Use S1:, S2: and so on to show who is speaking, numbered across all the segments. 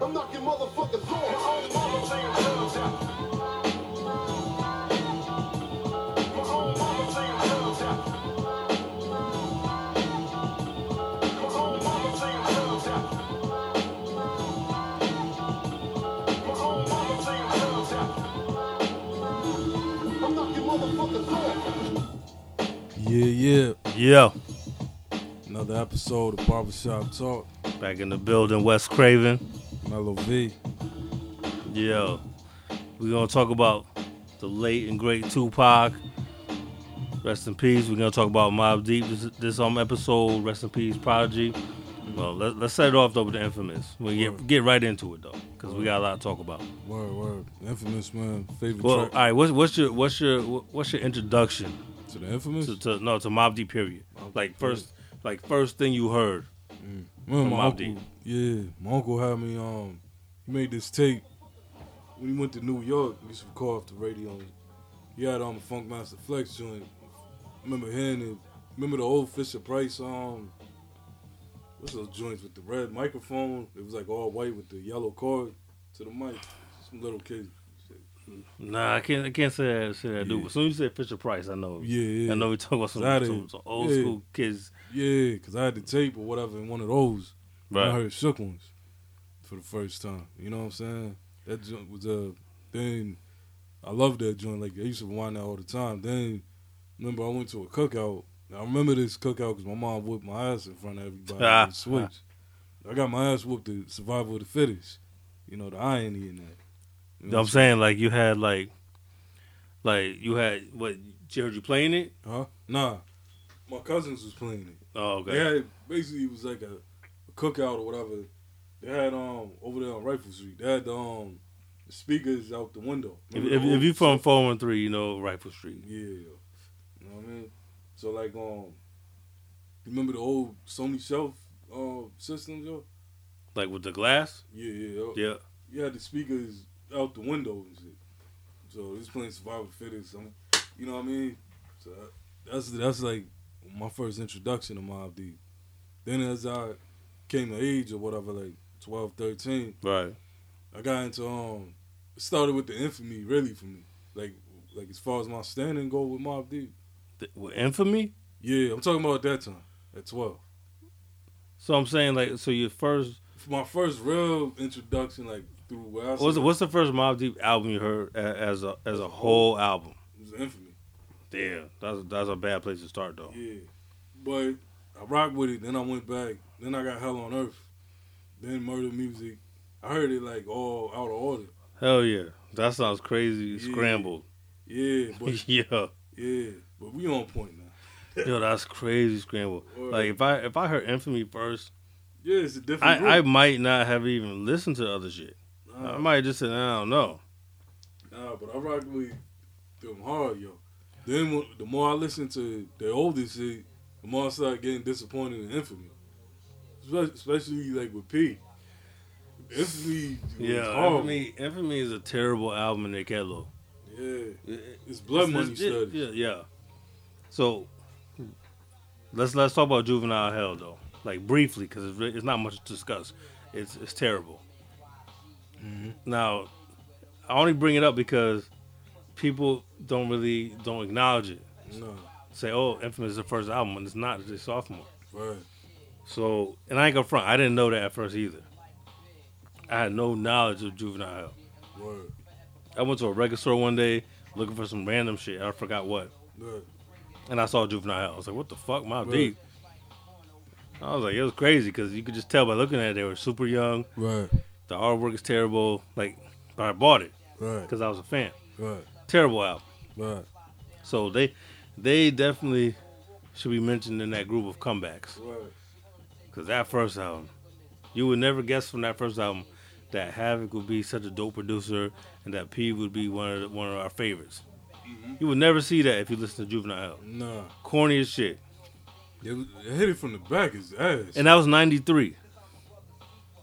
S1: I'll knock your motherfuckers off. My own mama singing drugs out. My own mama singing drugs out. My own mama singing drugs out. My own mama singing drugs out. I'll knock your motherfuckers off.
S2: Yeah, yeah.
S3: Yeah,
S2: Another episode of Barbershop Talk.
S3: back in the building, West Craven.
S2: Mellow V.
S3: Yo, we're gonna talk about the late and great Tupac. Rest in peace. We're gonna talk about Mob Deep this, this um episode. Rest in peace, Prodigy. Well, let, let's set it off though with the infamous. We get get right into it though, because we got a lot to talk about.
S2: Word, word. Infamous man. Favorite
S3: Well, all
S2: track
S3: right. What's what's your what's your what's your introduction
S2: to the infamous?
S3: to, to no to Mob Deep period? Like first like first thing you heard.
S2: Man,
S3: from
S2: my
S3: Mobb
S2: uncle,
S3: Deep.
S2: yeah, my uncle had me. Um, he made this tape when he went to New York. We used to call off the radio. He had um a Funkmaster Flex joint. Remember hearing it. Remember the old Fisher Price um. What's those joints with the red microphone? It was like all white with the yellow cord to the mic. Some little kid.
S3: Nah, I can't. I can't say that. Say that, dude.
S2: Yeah.
S3: As soon as you say Fisher Price, I know.
S2: Yeah, yeah.
S3: I know we talking about some,
S2: That is-
S3: some, some old
S2: yeah.
S3: school kids.
S2: Yeah, cause I had the tape or whatever in one of those.
S3: Right.
S2: I heard shook ones for the first time. You know what I'm saying? That joint was a thing. I loved that joint. Like I used to rewind that all the time. Then remember I went to a cookout. I remember this cookout because my mom whooped my ass in front of everybody.
S3: Ah,
S2: on the switch. I got my ass whooped. The survival of the fittest. You know the irony in that. You
S3: You know what I'm saying? Like you had like, like you had what? You heard you playing it?
S2: Huh? Nah. My cousins was playing it.
S3: Oh, okay.
S2: They had basically it was like a, a cookout or whatever. They had um over there on Rifle Street. They had um the speakers out the window.
S3: If,
S2: Remember
S3: if,
S2: the
S3: if
S2: old-
S3: you from 413, you know Rifle Street.
S2: yeah, you know what I mean. So like um, you remember the old Sony shelf uh systems yo?
S3: Like with the glass.
S2: Yeah, yeah, yo.
S3: Yeah.
S2: You had the speakers out the window and shit. So it's playing Survival Fitters. I'm, you know what I mean? So that's that's like my first introduction to Mob Deep. Then as I came to age or whatever, like 12, 13,
S3: Right.
S2: I got into um. It started with the infamy, really, for me. Like like as far as my standing go with Mob Deep.
S3: Th- with infamy.
S2: Yeah, I'm talking about at that time at 12.
S3: So I'm saying like, so your first
S2: My first real introduction, like through what I
S3: what's the,
S2: said,
S3: what's the first Mob Deep album you heard a- as a as a whole album?
S2: was infamy.
S3: Damn, that's that's a bad place to start though.
S2: Yeah, but I rocked with it. Then I went back. Then I got Hell on Earth. Then Murder Music. I heard it like all out of order.
S3: Hell yeah, that sounds crazy.
S2: Yeah.
S3: Scrambled.
S2: Yeah, but
S3: yeah.
S2: yeah, but we on point now.
S3: Yo, that's crazy scramble.
S2: Word.
S3: Like if I if I heard infamy first,
S2: Yeah, it's a different.
S3: I, I
S2: group.
S3: might not have even listened to other shit. I
S2: nah,
S3: might just said I don't know.
S2: nah, but I rocked with them hard, yo. Then when, the more I listened to the older shit, the more I started getting disappointed in Infamy, Spe- especially like with P. Infamy, was
S3: Yeah,
S2: horrible.
S3: infamy infamy is a terrible album in their catalog.
S2: yeah,
S3: It-
S2: it's blood
S3: it's-
S2: money
S3: it's- it-
S2: studies.
S3: Yeah, yeah. So let's let's talk about juvenile hell though, like briefly, because it's, re- it's not much to discuss. It's it's terrible.
S2: Mm-hmm.
S3: Now, I only bring it up because people don't really don't acknowledge it.
S2: No,
S3: Say, oh, infamous is the first album, and it's not. It's their sophomore.
S2: right.
S3: So, and I ain't gonna front. I didn't know that at first either. I had no knowledge of juvenile hell.
S2: Word.
S3: I went to a record store one day looking for some random shit. I forgot what.
S2: Look,
S3: and I saw juvenile. Hell. I was like, "What the fuck, Mob
S2: Really?
S3: Deep?" I was like, "It was crazy because you could just tell by looking at it they were super young.
S2: Right,
S3: The artwork is terrible. Like, but I bought it
S2: right,
S3: because I was a fan.
S2: right,
S3: Terrible album.
S2: right,
S3: So they, they definitely should be mentioned in that group of comebacks
S2: right.
S3: because that first album, you would never guess from that first album that Havoc would be such a dope producer and that P would be one of the, one of our favorites. You would never see that if you listen to Juvenile. Hell.
S2: Nah,
S3: Corny as shit.
S2: it, was- it hit it from the back. His ass.
S3: And that was 93.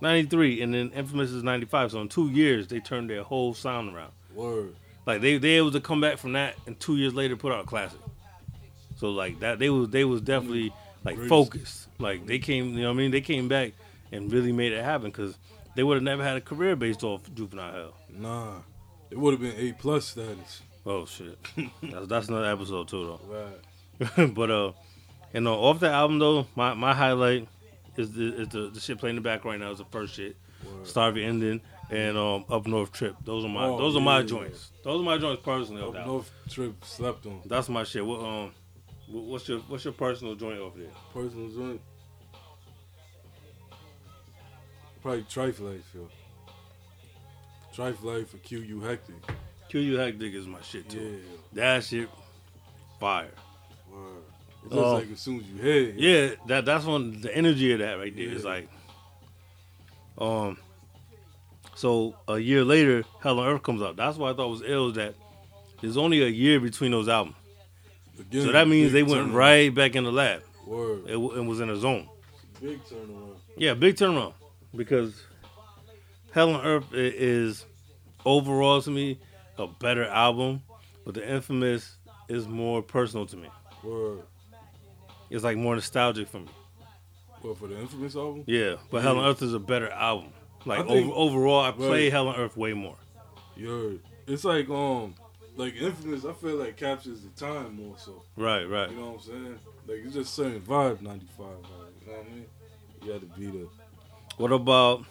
S3: 93, and then Infamous is 95. So in two years, they turned their whole sound around.
S2: Word.
S3: Like they they able to come back from that, and two years later put out a classic. So like that, they was they was definitely like
S2: Greatest.
S3: focused. Like they came, you know what I mean? They came back and really made it happen because They would have never had a career based off Juvenile Hell.
S2: Nah, it would have been A plus status.
S3: Oh shit, that's, that's another episode too
S2: Right.
S3: though. but uh, you know, off the album though, my, my highlight is the, is the the shit playing in the back right now is the first shit,
S2: Word.
S3: Starve Your Ending and um Up North Trip. Those are my
S2: Oh,
S3: those are my
S2: yeah.
S3: joints. Those are my joints personally. off the
S2: Up
S3: album.
S2: North trip slept on.
S3: That's my shit. What um, wh- what's your what's your personal joint over there?
S2: Personal joint. Probably Trife Life, yo. Trife Life for QU Hectic.
S3: Kill You Hectic is my shit
S2: Yeah.
S3: too. That shit, fire.
S2: Word. It's
S3: Oh.
S2: like as soon as you hear it.
S3: Yeah, that that's one the energy of that right there. It's
S2: Yeah.
S3: like, um, so a year later, Hell on Earth comes out. That's why I thought was ill is that there's only a year between those albums.
S2: Again,
S3: so that means
S2: big
S3: they went
S2: turnaround.
S3: right back in the lab
S2: Word.
S3: and w- and was in a zone.
S2: Big turnaround.
S3: Yeah, big turnaround because Hell on Earth i- is overall to me a better album, but the Infamous is more personal to me.
S2: Word.
S3: It's like more nostalgic for me.
S2: But for the Infamous album?
S3: Yeah, but Hell on Earth is a better album. Like
S2: I think-
S3: over, overall, I play
S2: Right.
S3: Hell on Earth way more.
S2: Yeah. It's like, um, like Infamous, I feel like captures the time more so.
S3: Right, right.
S2: You know what I'm saying? Like, it's just certain vibe 95. Like, you know what I mean? You had to be there.
S3: What about?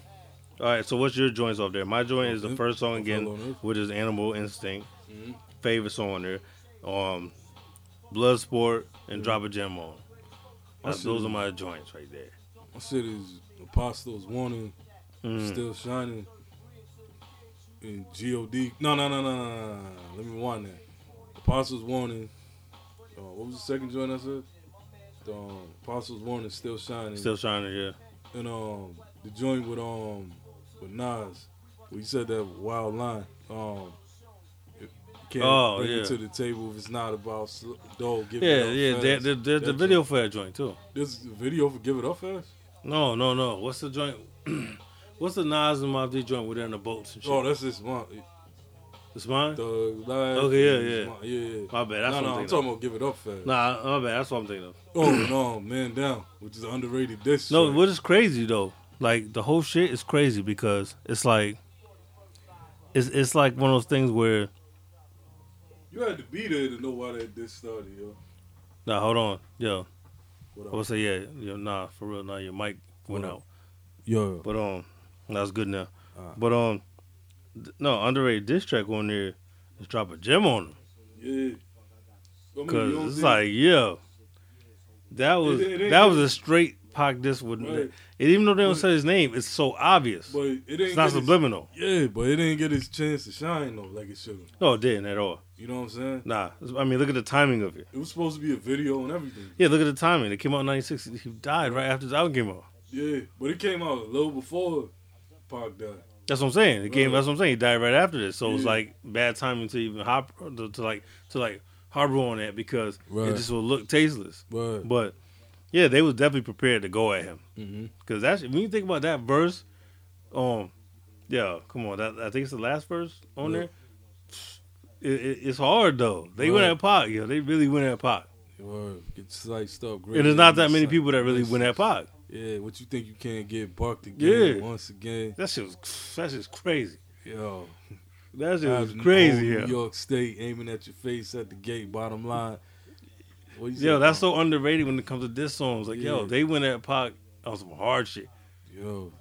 S3: All right, so what's your joints off there? My joint is the first song
S2: Hell on
S3: again,
S2: Earth.
S3: which is Animal Instinct,
S2: Mhm.
S3: favorite song on there, um, Bloodsport,
S2: Mm-hmm.
S3: and Drop a Gem on.
S2: I
S3: That's-
S2: see.
S3: those are my joints right there.
S2: My shit is Apostles Warning,
S3: Mm.
S2: Mm-hmm. Still Shining, and G.O.D. No, no, no, no, no, no, no, no. Let me rewind that. Apostles Warning. Uh, what was the second joint I said? The, um, Apostles Warning, Still Shining.
S3: Still shining, yeah.
S2: and um, the joint with um, with Nas. We said that wild line. Um, it can't
S3: Oh,
S2: bring
S3: yeah.
S2: it to the table if it's not about sl- dog. Give it
S3: Yeah,
S2: up
S3: yeah.
S2: fast.
S3: There, there, there's the
S2: That
S3: video
S2: joint-
S3: for that joint too.
S2: There's a video for Give It Up Fast.
S3: No, no, no. What's the joint? What's the Nas and Mob Deep joint where they're in the boats and shit?
S2: Oh, that's this one.
S3: it's mine.
S2: Thug Life.
S3: Okay, yeah,
S2: Smi- yeah.
S3: my
S2: no,
S3: bad. That's what
S2: no,
S3: I'm
S2: I'm
S3: thinking. of.
S2: talking about Give It Up Fast.
S3: Nah, my bad. That's what I'm thinking of.
S2: Oh no, Man Down, which is an underrated diss.
S3: No,
S2: track.
S3: what is crazy though? Like the whole shit is crazy because it's like it's it's like one of those things where
S2: you had to be there to know why that diss started, yo.
S3: nah, hold on, yo,
S2: What
S3: I would say yeah, yo, nah, for real, nah, your mic
S2: What
S3: went
S2: up?
S3: out,
S2: Yo,
S3: but um, that's good now,
S2: Alright.
S3: but um, th- no underrated diss track on there, just drop a gem on them
S2: yeah. I mean, you don't
S3: because it's
S2: think-
S3: like yeah, that was
S2: it ain't-
S3: that was a straight Pac diss with,
S2: Right.
S3: and even though they don't
S2: But-
S3: say his name, it's so obvious,
S2: but it ain't
S3: it's not
S2: get his-
S3: subliminal.
S2: Yeah, but it didn't get his chance to shine though, like it should have.
S3: No, it didn't at all.
S2: You know what I'm saying?
S3: Nah, I mean look at the timing of it.
S2: It was supposed to be a video and everything.
S3: Yeah, look at the timing. It came out in 96. He died right after the album came out.
S2: Yeah, but it came out a little before Pac died.
S3: That's what I'm saying. It came.
S2: Right.
S3: That's what I'm saying. He died right after this, so it was
S2: Yeah.
S3: like bad timing to even hop to, to like to like harbor on that because
S2: Right.
S3: it just will look tasteless.
S2: But
S3: But yeah, they was definitely prepared to go at him
S2: Mhm.
S3: because that's when you think about that verse. Um, yeah, come on. That I think it's the last verse on
S2: Yeah.
S3: there. It, it, it's hard though. They went
S2: Right.
S3: at Pac. Yeah, they really went at Pac.
S2: Word, get sliced up.
S3: And there's not that many people that really went at Pac.
S2: Yeah, what you think you can't get bucked again?
S3: Yeah.
S2: once again.
S3: That shit was that shit's crazy.
S2: Yo,
S3: That shit
S2: Out
S3: was
S2: in
S3: crazy,
S2: old
S3: yeah.
S2: New York State aiming at your face at the gate. Bottom line. What you
S3: Yo,
S2: say,
S3: that's
S2: bro?
S3: so underrated when it comes to diss songs. Like, yo,
S2: Yeah.
S3: they went at Pac on some hard shit.
S2: Yo,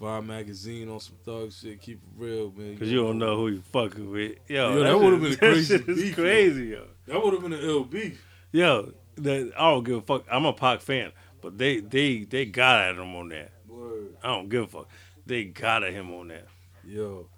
S2: Vibe magazine on some thug shit. Keep it real, man.
S3: Cause you don't know who you fucking with. Yo,
S2: Yo, that would've been a
S3: shit-
S2: crazy
S3: That shit is
S2: beef, yo.
S3: crazy, yo.
S2: That would have been an LB.
S3: Yo, that, I don't give a fuck. I'm a Pac fan, but they they they got at him on that.
S2: Word.
S3: I don't give a fuck. They got at him on that.
S2: Yo,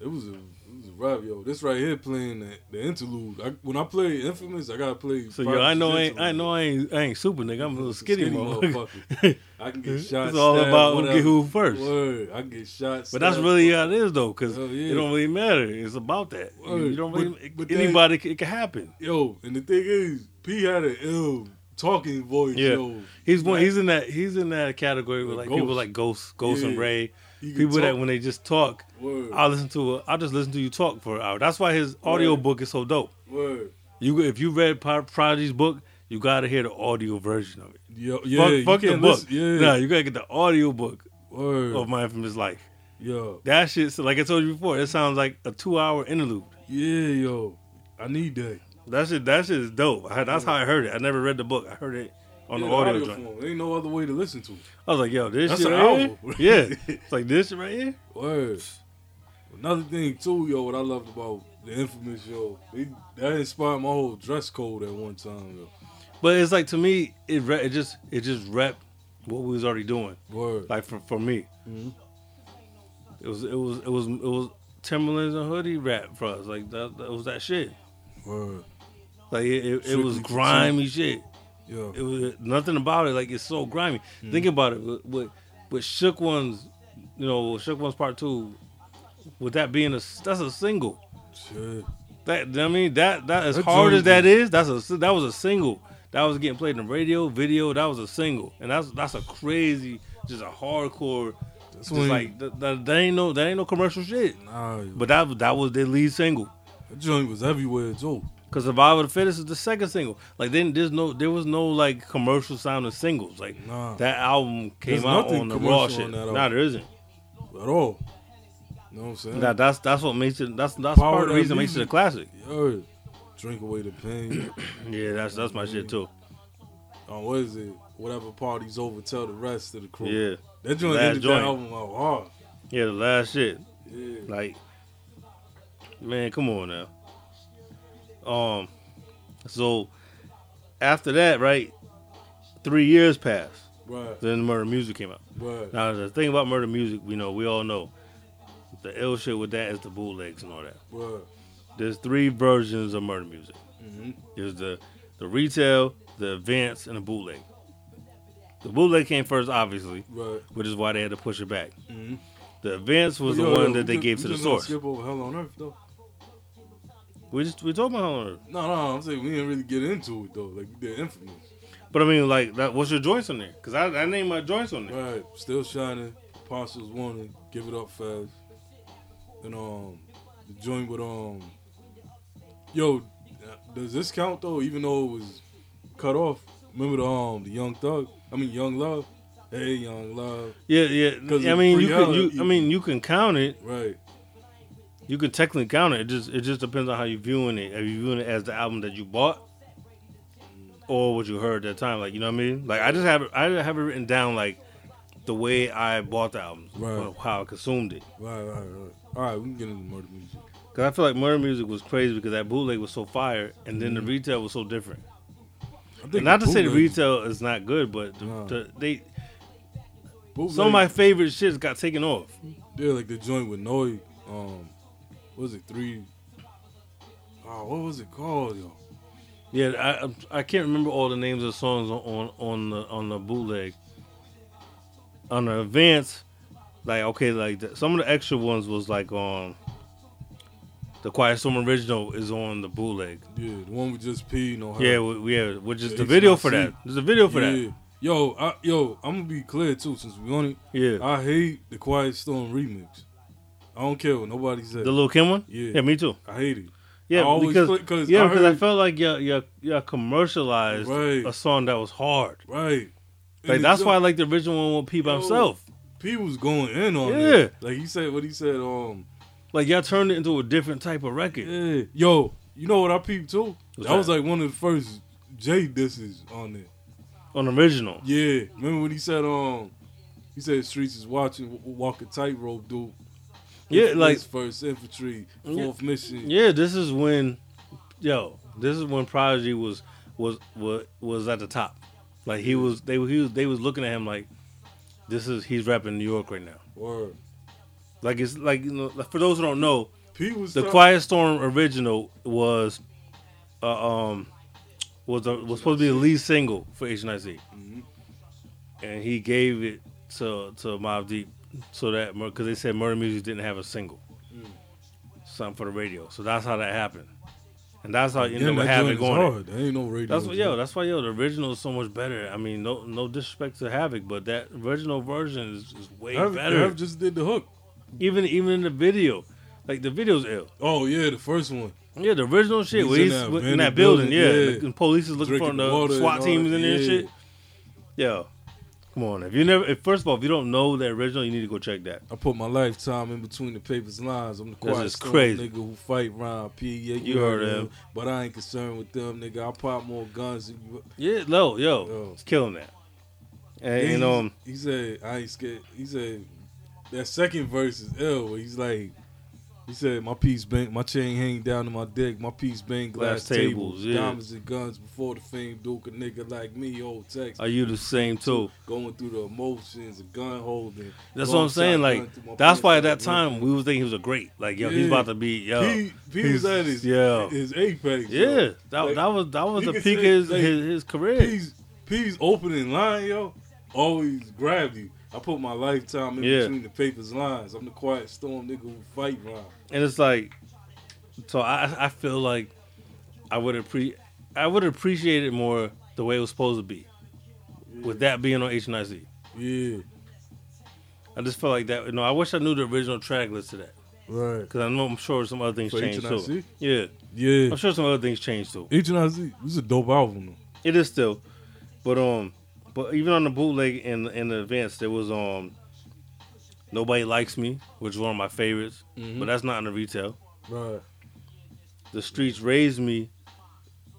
S2: it was a it was a rap. Yo, this right here playing the, the interlude. I, when I play Infamous, I gotta play.
S3: So yo, I know I ain't I know I ain't I ain't super nigga. I'm a little skinny, motherfucker.
S2: I can get
S3: it's
S2: shot.
S3: all
S2: stabbed,
S3: about who
S2: whatever.
S3: get who first.
S2: Word. I can get shot.
S3: But that's
S2: stabbed.
S3: really how it is though, because
S2: Hell yeah.
S3: it don't really matter. It's about that. You,
S2: Word.
S3: you don't
S2: But-
S3: really.
S2: but then-
S3: anybody, c- it can happen.
S2: yo. And the thing is, P had an ill talking voice.
S3: Yeah.
S2: Yo,
S3: He's one. He's in that. He's in that category with
S2: Like
S3: like people
S2: Ghost.
S3: like Ghost, Ghost and
S2: Yeah.
S3: Ray.
S2: He could
S3: People that
S2: talk.
S3: when they just talk,
S2: Word.
S3: I listen to. I just listen to you talk for an hour. That's why his audio
S2: Word.
S3: book is so dope.
S2: Word.
S3: You if you read Pro- Prodigy's book, you gotta hear the audio version of it.
S2: Yo, yeah. you
S3: fuck fuck the
S2: can't
S3: book.
S2: listen- Yeah.
S3: Nah, you gotta get the audio book.
S2: Word.
S3: of my infamous life.
S2: Yo.
S3: That shit, like I told you before, it sounds like a two-hour interlude.
S2: Yeah, yo. I need that.
S3: That shit, that shit is dope. I, that's how I heard it. I never read the book. I heard it on
S2: Yeah,
S3: the audio, joint.
S2: form. Ain't no other way to listen to. it.
S3: I was like, yo, this
S2: That's
S3: shit
S2: an
S3: right
S2: album.
S3: here? Yeah, it's like this shit right here.
S2: Word. Another thing too, yo, what I loved about the infamous, yo, it, that inspired my whole dress code at one time, yo.
S3: But it's like to me, it re- it just it just rep what we was already doing.
S2: Word.
S3: Like for for me, it was it was it was it was Timberlands and hoodie rap for us. Like that, that was that shit.
S2: Word.
S3: Like it, it, it was
S2: Strictly
S3: grimy shit.
S2: Yo.
S3: It was nothing about it. Like it's so grimy. Think about it. With, with with shook ones, you know, shook ones part two. With that being a s- that's a single.
S2: Shit.
S3: That I mean that that as
S2: That
S3: hard
S2: joint
S3: as that
S2: is-
S3: is, that's a that was a single. That was getting played in the radio, video. That was a single, and that's that's a crazy, just a hardcore.
S2: That's
S3: Just
S2: when-
S3: like that, that, that ain't no that ain't no commercial shit.
S2: Nah, yo.
S3: But that that was their lead single.
S2: that joint was everywhere too.
S3: Cause Survival of the Fittest is the second single. Like then there's no there was no like commercial sounding singles. Like
S2: Nah.
S3: that album came
S2: There's
S3: out
S2: nothing
S3: on the
S2: commercial
S3: raw
S2: on
S3: shit.
S2: that album.
S3: Nah, there isn't.
S2: At all. You know what I'm saying?
S3: Nah, that's that's what makes it that's that's
S2: Power
S3: part of the
S2: that
S3: reason it makes it a
S2: music.
S3: classic.
S2: Yo. Drink away the pain.
S3: Yeah, that's that's my shit too.
S2: on what is it? Whatever party's over, tell the rest of the crew.
S3: Yeah.
S2: That joint
S3: That
S2: ended
S3: joint.
S2: that album out hard.
S3: Yeah, the last shit.
S2: Yeah.
S3: Like, man, come on now. Um, so after that, right? Three years passed.
S2: Right.
S3: Then Murder Music came out.
S2: Right.
S3: Now the thing about Murder Music, we know, we all know, the ill shit with that is the bootlegs and all that.
S2: Right.
S3: There's three versions of Murder Music.
S2: hmm
S3: There's the the retail, the events, and the bootleg. The bootleg came first, obviously,
S2: Right.
S3: which is why they had to push it back.
S2: Mhm.
S3: The events was
S2: Yo,
S3: the one
S2: yo,
S3: that they
S2: we ju-
S3: gave
S2: we
S3: to the
S2: just gonna
S3: source.
S2: Skip over Hell on Earth though.
S3: We just we talking about Hell on Earth.
S2: No, no, I'm saying we didn't really get into it though. Like we did infamous.
S3: But I mean, like, that, what's your joints on there? Because I, I named my joints on there.
S2: Right. Still shining. Apostles wanted. Give it up fast. And um the joint with um Yo, does this count though, even though it was cut off? Remember the um the young thug? I mean young love. Hey young love.
S3: Yeah, yeah.
S2: 'Cause
S3: I mean, you can,
S2: reality-
S3: you, I mean, you can count it.
S2: Right.
S3: You can technically count it. It just, it just depends on how you're viewing it. Are you viewing it as the album that you bought, or what you heard at that time? Like, you know what I mean? Like, I just have, it, I have it written down like the way I bought the albums,
S2: Right.
S3: or how I consumed it.
S2: Right, right, right. Alright, we can get into murder music.
S3: Because I feel like murder music was crazy because that bootleg was so fire, and then the retail was so different.
S2: I think
S3: And not to say the
S2: Mm-hmm. bootleg-
S3: retail is not good, but the,
S2: Nah.
S3: the, they
S2: bootleg-
S3: some of my favorite shits got taken off.
S2: Yeah, like the joint with Noi. Um, what was it three? Oh, what was it called, yo?
S3: Yeah, I I'm- I can't remember all the names of songs on on, on the on the bootleg. On the events, like okay, like the, some of the extra ones was like on. The Quiet Storm original is on the bootleg.
S2: Yeah, the one with just P, no.
S3: Yeah, we, we have, which is
S2: Yeah,
S3: the
S2: it's
S3: video
S2: not
S3: for that.
S2: seen.
S3: There's a video for
S2: yeah. Yo, I, yo, I'm gonna be clear too, since we on it.
S3: that. Yeah,
S2: I hate the Quiet Storm remix. I don't care what nobody said.
S3: the Lil Kim one.
S2: Yeah.
S3: yeah, me too.
S2: I hate it. I
S3: Yeah,
S2: always
S3: because
S2: click- 'cause
S3: yeah,
S2: I
S3: because I
S2: heard-
S3: felt like you you you commercialized
S2: Right.
S3: a song that was hard.
S2: Right.
S3: Like that's why I like the original one with P by
S2: Yo.
S3: himself.
S2: P was going in on
S3: Yeah.
S2: it. Like he said, what he said. Um,
S3: Like y'all turned it into a different type of record.
S2: yeah. Yo, you know what I peeped too?
S3: What's
S2: that was
S3: that?
S2: like one of the first J disses on it.
S3: on original.
S2: Yeah, remember when he said um, he said streets is watching w- walk a tightrope, dude.
S3: Yeah, like-
S2: His first infantry, fourth mission.
S3: Yeah, this is when, yo, this is when Prodigy was was was was at the top. Like he was, they were- he was, they was looking at him like, this is he's rapping New York right now.
S2: Word.
S3: Like it's like you know, like, for those who don't know,
S2: P was
S3: the
S2: top-
S3: Quiet Storm original was, uh, um, was a, was supposed to be the lead single for HNIC,
S2: Mhm.
S3: and he gave it to to Mob Deep so that because they said Murder Music didn't have a single,
S2: Mm.
S3: something for the radio. So that's how that happened, and that's how you
S2: Yeah,
S3: ended
S2: that
S3: up having
S2: joint
S3: it
S2: is
S3: going.
S2: hard. There ain't no radio.
S3: That's what, yo. That's why yo the original is so much better. I mean, no no disrespect to Havoc, but that original version is, is way
S2: Havoc-
S3: better.
S2: Havoc just did the hook.
S3: even even in the video, like the video's ill.
S2: Oh yeah, the first one.
S3: Yeah, the original shit.
S2: He's
S3: where
S2: in
S3: he's
S2: that
S3: with- in,
S2: abandoned
S3: that building.
S2: building,
S3: yeah,
S2: yeah.
S3: The, and police is looking
S2: Drinking
S3: for
S2: water
S3: the
S2: and
S3: SWAT
S2: all
S3: teams
S2: that,
S3: in there and
S2: yeah.
S3: shit. Yo, Come on, if you never, if, first of all, if you don't know the original, you need to go check that.
S2: I put my lifetime in between the papers lines. I'm the
S3: This
S2: quiet
S3: is
S2: storm
S3: crazy.
S2: nigga who fight Ron P. Yeah, you,
S3: You
S2: heard,
S3: heard
S2: him.
S3: him.
S2: But I ain't concerned with them, nigga. I pop more guns than you.
S3: Yeah, no, yo,
S2: Yo.
S3: it's killing that. And um,
S2: Then
S3: you
S2: he-
S3: know,
S2: he said, I ain't scared. He said, that second verse is ill. Where he's like, he said, my piece bang, my chain hang down to my dick. My piece bang glass,
S3: Glass
S2: tables,
S3: tables, yeah.
S2: diamonds and guns. Before the fame, Duke a nigga like me, old Tex.
S3: are you the same too?
S2: Going through the emotions, of gun holding.
S3: That's
S2: Long
S3: what I'm saying.
S2: shotgun
S3: Like
S2: through my
S3: that's
S2: pants
S3: why at
S2: like
S3: that
S2: a
S3: time
S2: rookie.
S3: we was thinking he was a great. Like yo,
S2: Yeah.
S3: he's about to be yo.
S2: He, he was
S3: he's-
S2: at his,
S3: yeah.
S2: his apex. yo.
S3: yeah, that,
S2: Like,
S3: that was that was
S2: you
S3: the
S2: can
S3: peak of
S2: say,
S3: his,
S2: like,
S3: his his career.
S2: P's, P's opening line, yo, always grabbed you. I put my lifetime in
S3: Yeah.
S2: between the papers lines. I'm the quiet storm nigga who fight rhyme.
S3: and it's like so I I feel like I would appre I would appreciate it more the way it was supposed to be. With that being on HNIC.
S2: Yeah,
S3: I just felt like that you know, I wish I knew the original track list to that.
S2: right.
S3: Cause I know I'm sure some other things
S2: For
S3: changed too.
S2: HNIC?
S3: Yeah.
S2: Yeah,
S3: I'm sure some other things changed too.
S2: H and I Z. This is a dope album. Though.
S3: It is still. But um but even on the bootleg and in the events there was um Nobody Likes Me, which is one of my favorites.
S2: Mhm.
S3: But that's not in the retail.
S2: Right.
S3: the streets raised me.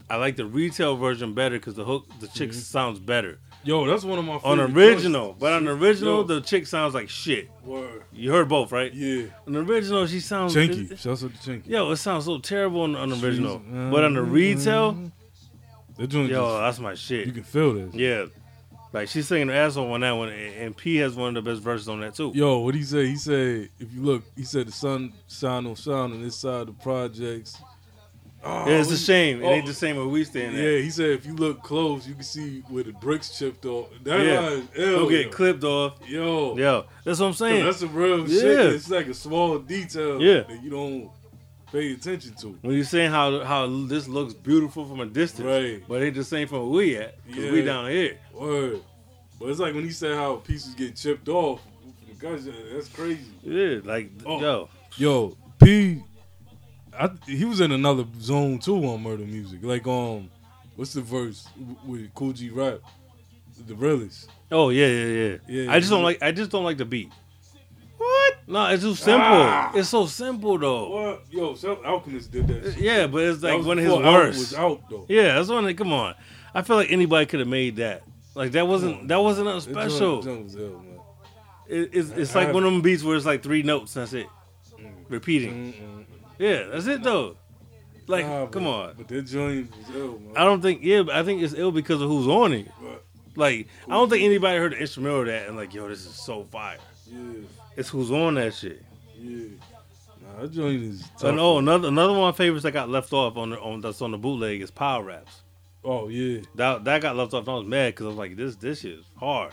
S3: I like the retail version better because the hook, the chick
S2: Mm-hmm.
S3: sounds better
S2: Yo, that's one of my favorite
S3: on original.
S2: joints.
S3: But on original,
S2: Yo,
S3: the chick sounds like shit.
S2: word.
S3: You heard both, right?
S2: Yeah,
S3: On the original, she sounds
S2: Chinky. Shouts out to Chinky.
S3: Yo, it sounds so terrible on, on the original,
S2: She's-
S3: but on the retail,
S2: That joint,
S3: yo,
S2: just,
S3: that's my
S2: you
S3: shit.
S2: can feel that.
S3: Yeah, like she's singing her ass off on that one, and and P has one of the best verses on that too.
S2: Yo, what he say? He said, if you look, he said the sun shine on shine on this side of the projects. Oh,
S3: yeah, it's a
S2: we-
S3: shame.
S2: oh,
S3: It ain't the same where we stand.
S2: Yeah,
S3: Yeah,
S2: he said if you look close, you can see where the bricks chipped off. That
S3: Yeah.
S2: line is
S3: at.
S2: ill.
S3: will
S2: yo.
S3: get clipped off.
S2: Yo,
S3: Yo, that's what I'm
S2: yo,
S3: saying.
S2: that's a real
S3: Yeah.
S2: shit. It's like a small detail
S3: Yeah.
S2: that you don't pay attention to.
S3: When you're saying how how this looks beautiful from a distance,
S2: Right.
S3: But it ain't the same from where we at, 'cause we
S2: Yeah.
S3: down here.
S2: Word. But it's like when he said how pieces get chipped off. Gosh, that's crazy.
S3: Yeah, like
S2: Oh.
S3: yo,
S2: Yo, P, I, he was in another zone too on murder music. Like, um, what's the verse w- with Cool G Rap? The realest.
S3: oh yeah, yeah, yeah.
S2: Yeah,
S3: I just
S2: yeah.
S3: don't like I just don't like the beat. What? No, it's too simple.
S2: Ah.
S3: It's so simple though.
S2: Well, yo, Self Alchemist did that. Shit.
S3: Yeah, but it's
S2: That
S3: like
S2: was
S3: one of his
S2: before Alchemist
S3: worst.
S2: Was out though.
S3: Yeah, that's one. That, come on, I feel like anybody could have made that. Like that
S2: Come
S3: wasn't
S2: on.
S3: that wasn't nothing
S2: That joint-
S3: special.
S2: joint was ill, man.
S3: It, it's it's
S2: I- Mm. I
S3: like one of them beats where it's like three notes. and That's it. Repeating.
S2: Mm-mm.
S3: Yeah, that's it though. Like,
S2: Mm. Nah,
S3: come
S2: but-
S3: on.
S2: But that joint was ill, man.
S3: I don't think yeah, but I think it's ill because of who's on it.
S2: But,
S3: Like I don't think anybody heard the instrumental of that and like, yo, this is so fire.
S2: yeah,
S3: It's who's on that shit.
S2: yeah. Nah, that joint is tough.
S3: And oh, another another one of my favorites that got left off on the on that's on the bootleg is Power Raps.
S2: Oh, yeah.
S3: That that got left off. And I was mad because I was like, this this shit is hard.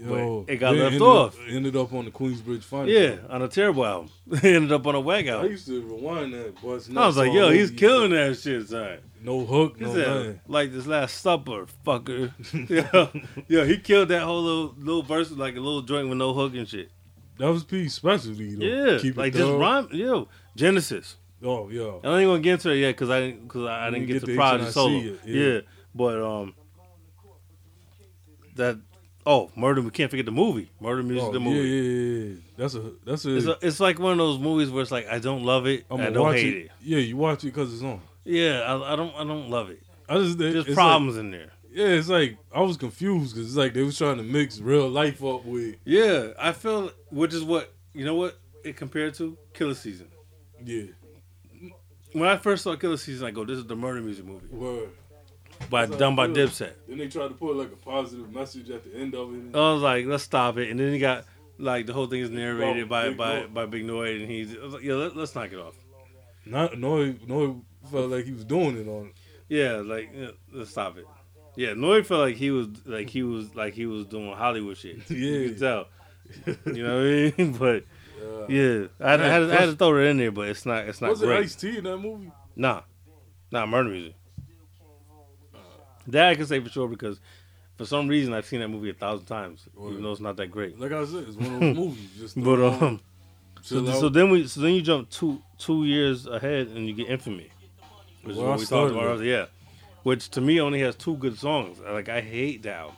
S2: Yo,
S3: But it got left
S2: ended
S3: off.
S2: Up, ended up on the Queensbridge final.
S3: Yeah, on a terrible album, it ended up on a whack
S2: I
S3: album.
S2: used to rewind that. Bust
S3: I was
S2: nuts
S3: like,
S2: all
S3: yo,
S2: over
S3: he's
S2: you.
S3: killing that shit, son.
S2: No hook,
S3: He
S2: no
S3: said,
S2: nothing.
S3: like this Last Supper, fucker. yeah, yeah, he killed that whole little little verse with, like a little joint with no hook and shit.
S2: That was P specialty though.
S3: Yeah,
S2: Keep it
S3: like just
S2: thorough.
S3: rhyme. Yo, Genesis.
S2: Oh yeah.
S3: I don't even gonna get to it yet because I didn't because I, I
S2: You didn't
S3: didn't get,
S2: get
S3: to
S2: to
S3: Prodigy
S2: HNIC
S3: solo.
S2: yet, yeah.
S3: yeah. but um, that oh murder. We can't forget the movie Murder Music
S2: Oh,
S3: the
S2: yeah,
S3: movie.
S2: yeah, yeah, yeah. That's a that's a.
S3: It's, a, it's like one of those movies where it's like I don't love it,
S2: I'ma
S3: I don't
S2: watch
S3: hate it.
S2: Yeah, you watch it because it's on.
S3: Yeah, I, I don't I don't love it.
S2: I just it-
S3: There's
S2: it's
S3: problems in there.
S2: Like, yeah, it's like I was confused because it's like they was trying to mix real life up with
S3: Yeah, I feel which is what you know what it compared to Killer Season.
S2: yeah.
S3: When I first saw Killer Season, I go, "This is the murder music movie
S2: Word.
S3: by
S2: That's how
S3: done
S2: I
S3: by
S2: feel.
S3: Dipset."
S2: Then they tried to put like a positive message at the end of it.
S3: I was like, let's stop it. And then he got like the whole thing is narrated by
S2: Big
S3: by,
S2: Noid.
S3: by Big Noid, and he's I was like, yeah, let, us knock it off.
S2: Not no no felt like he was doing it on.
S3: Yeah, like yeah, let's stop it. Yeah, Noid felt like he was like he was like he was doing Hollywood shit.
S2: Yeah.
S3: you could tell. you know what I mean? But
S2: Uh,
S3: yeah, I had, I, had, I had to throw it in there, but it's not it's not
S2: was it
S3: great.
S2: Ice T in that movie?
S3: Nah, nah, murder music. That I can say for sure because for some reason I've seen that movie a thousand times,
S2: Word.
S3: even though it's not that great.
S2: Like I said, it's one of those movies. Just
S3: But
S2: throw it on,
S3: um, So,
S2: chill
S3: th-
S2: out.
S3: so then we so then you jump two two years ahead and you get infamy, which
S2: Well, I
S3: is what we talked
S2: started
S3: about.
S2: it.
S3: earlier. Yeah, which to me only has two good songs. Like I hate that album.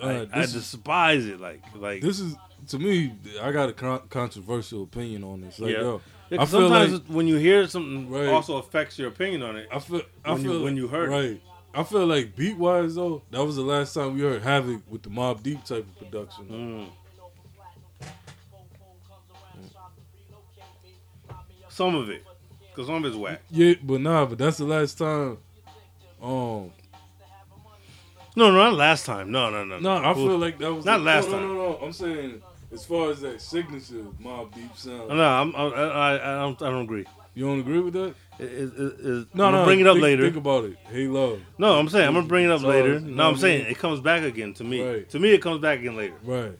S2: Uh,
S3: Like, I
S2: this is-
S3: despise it. Like, like
S2: This is to me. I got a con- controversial opinion on this. Like,
S3: Yeah.
S2: yo,
S3: Yeah,
S2: I
S3: 'cause
S2: feel
S3: sometimes
S2: like
S3: when you hear something,
S2: Right.
S3: also affects your opinion on it.
S2: I feel I
S3: when you-
S2: feel
S3: when you heard it.
S2: right. I feel like beat wise though, that was the last time we heard Havoc with the Mob Deep type of production.
S3: Mm. Some of it, because some of it's whack.
S2: Yeah, but nah, but that's the last time. Um,
S3: No, no, not last time. No, no, no.
S2: no, I feel like that was
S3: Not last
S2: no,
S3: time.
S2: No, no, no. I'm saying as far as that signature Mob Deep sound,
S3: No, I'm, I, I, I, don't, I don't agree.
S2: you don't agree with that?
S3: It, it, it, it-
S2: No, no.
S3: I'm gonna bring it up
S2: think-
S3: later.
S2: Think about it. Hey, love.
S3: no, I'm saying I'm gonna bring it up
S2: So,
S3: later.
S2: you know
S3: No, I'm
S2: what I
S3: saying
S2: mean?
S3: it comes back again to me.
S2: Right.
S3: To me, it comes back again later.
S2: Right.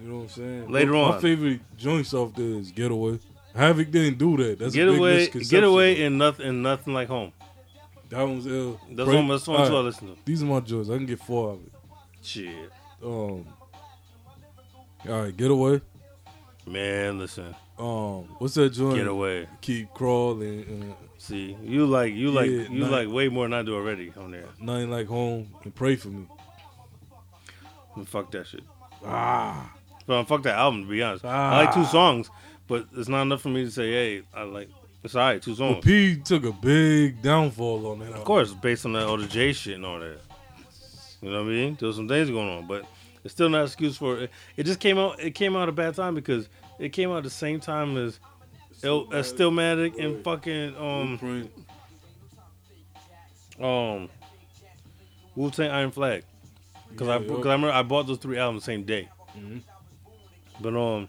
S2: You know what I'm saying?
S3: Later
S2: my, My
S3: on.
S2: favorite joints off there is Getaway. Havoc didn't do that. That's a big
S3: Getaway,
S2: misconception.
S3: getaway, and nothing, and nothing like home.
S2: That one's ill.
S3: That's
S2: Break-
S3: one. That's one
S2: All
S3: too. I
S2: right.
S3: listen to.
S2: These are my joints. I can get four of it.
S3: Shit,
S2: Um. All right, Getaway.
S3: man, listen.
S2: Um, what's that joint?
S3: Getaway.
S2: Keep crawling. And
S3: See, you like, you like,
S2: Yeah,
S3: you
S2: nah.
S3: like way more than I do already on there.
S2: nothing like home. And pray for me.
S3: And fuck that shit.
S2: Ah.
S3: But um, fuck that album, to be honest. I like two
S2: Ah.
S3: songs, but it's not enough for me to say, hey, I like, it's all right, two songs.
S2: P took a big downfall on that.
S3: Of course, based on that older J shit and all that. You know what I mean? There's some things going on, but it's still not an excuse for it. It just came out, it came out a bad time because it came out the same time as El, uh, Stillmatic and
S2: Right.
S3: fucking, um,
S2: Blueprint.
S3: um, Wu Tang Iron Flag. Because
S2: Yeah,
S3: I, Um, cause I
S2: yeah.
S3: remember I bought those three albums the same day.
S2: Mhm.
S3: But, um, all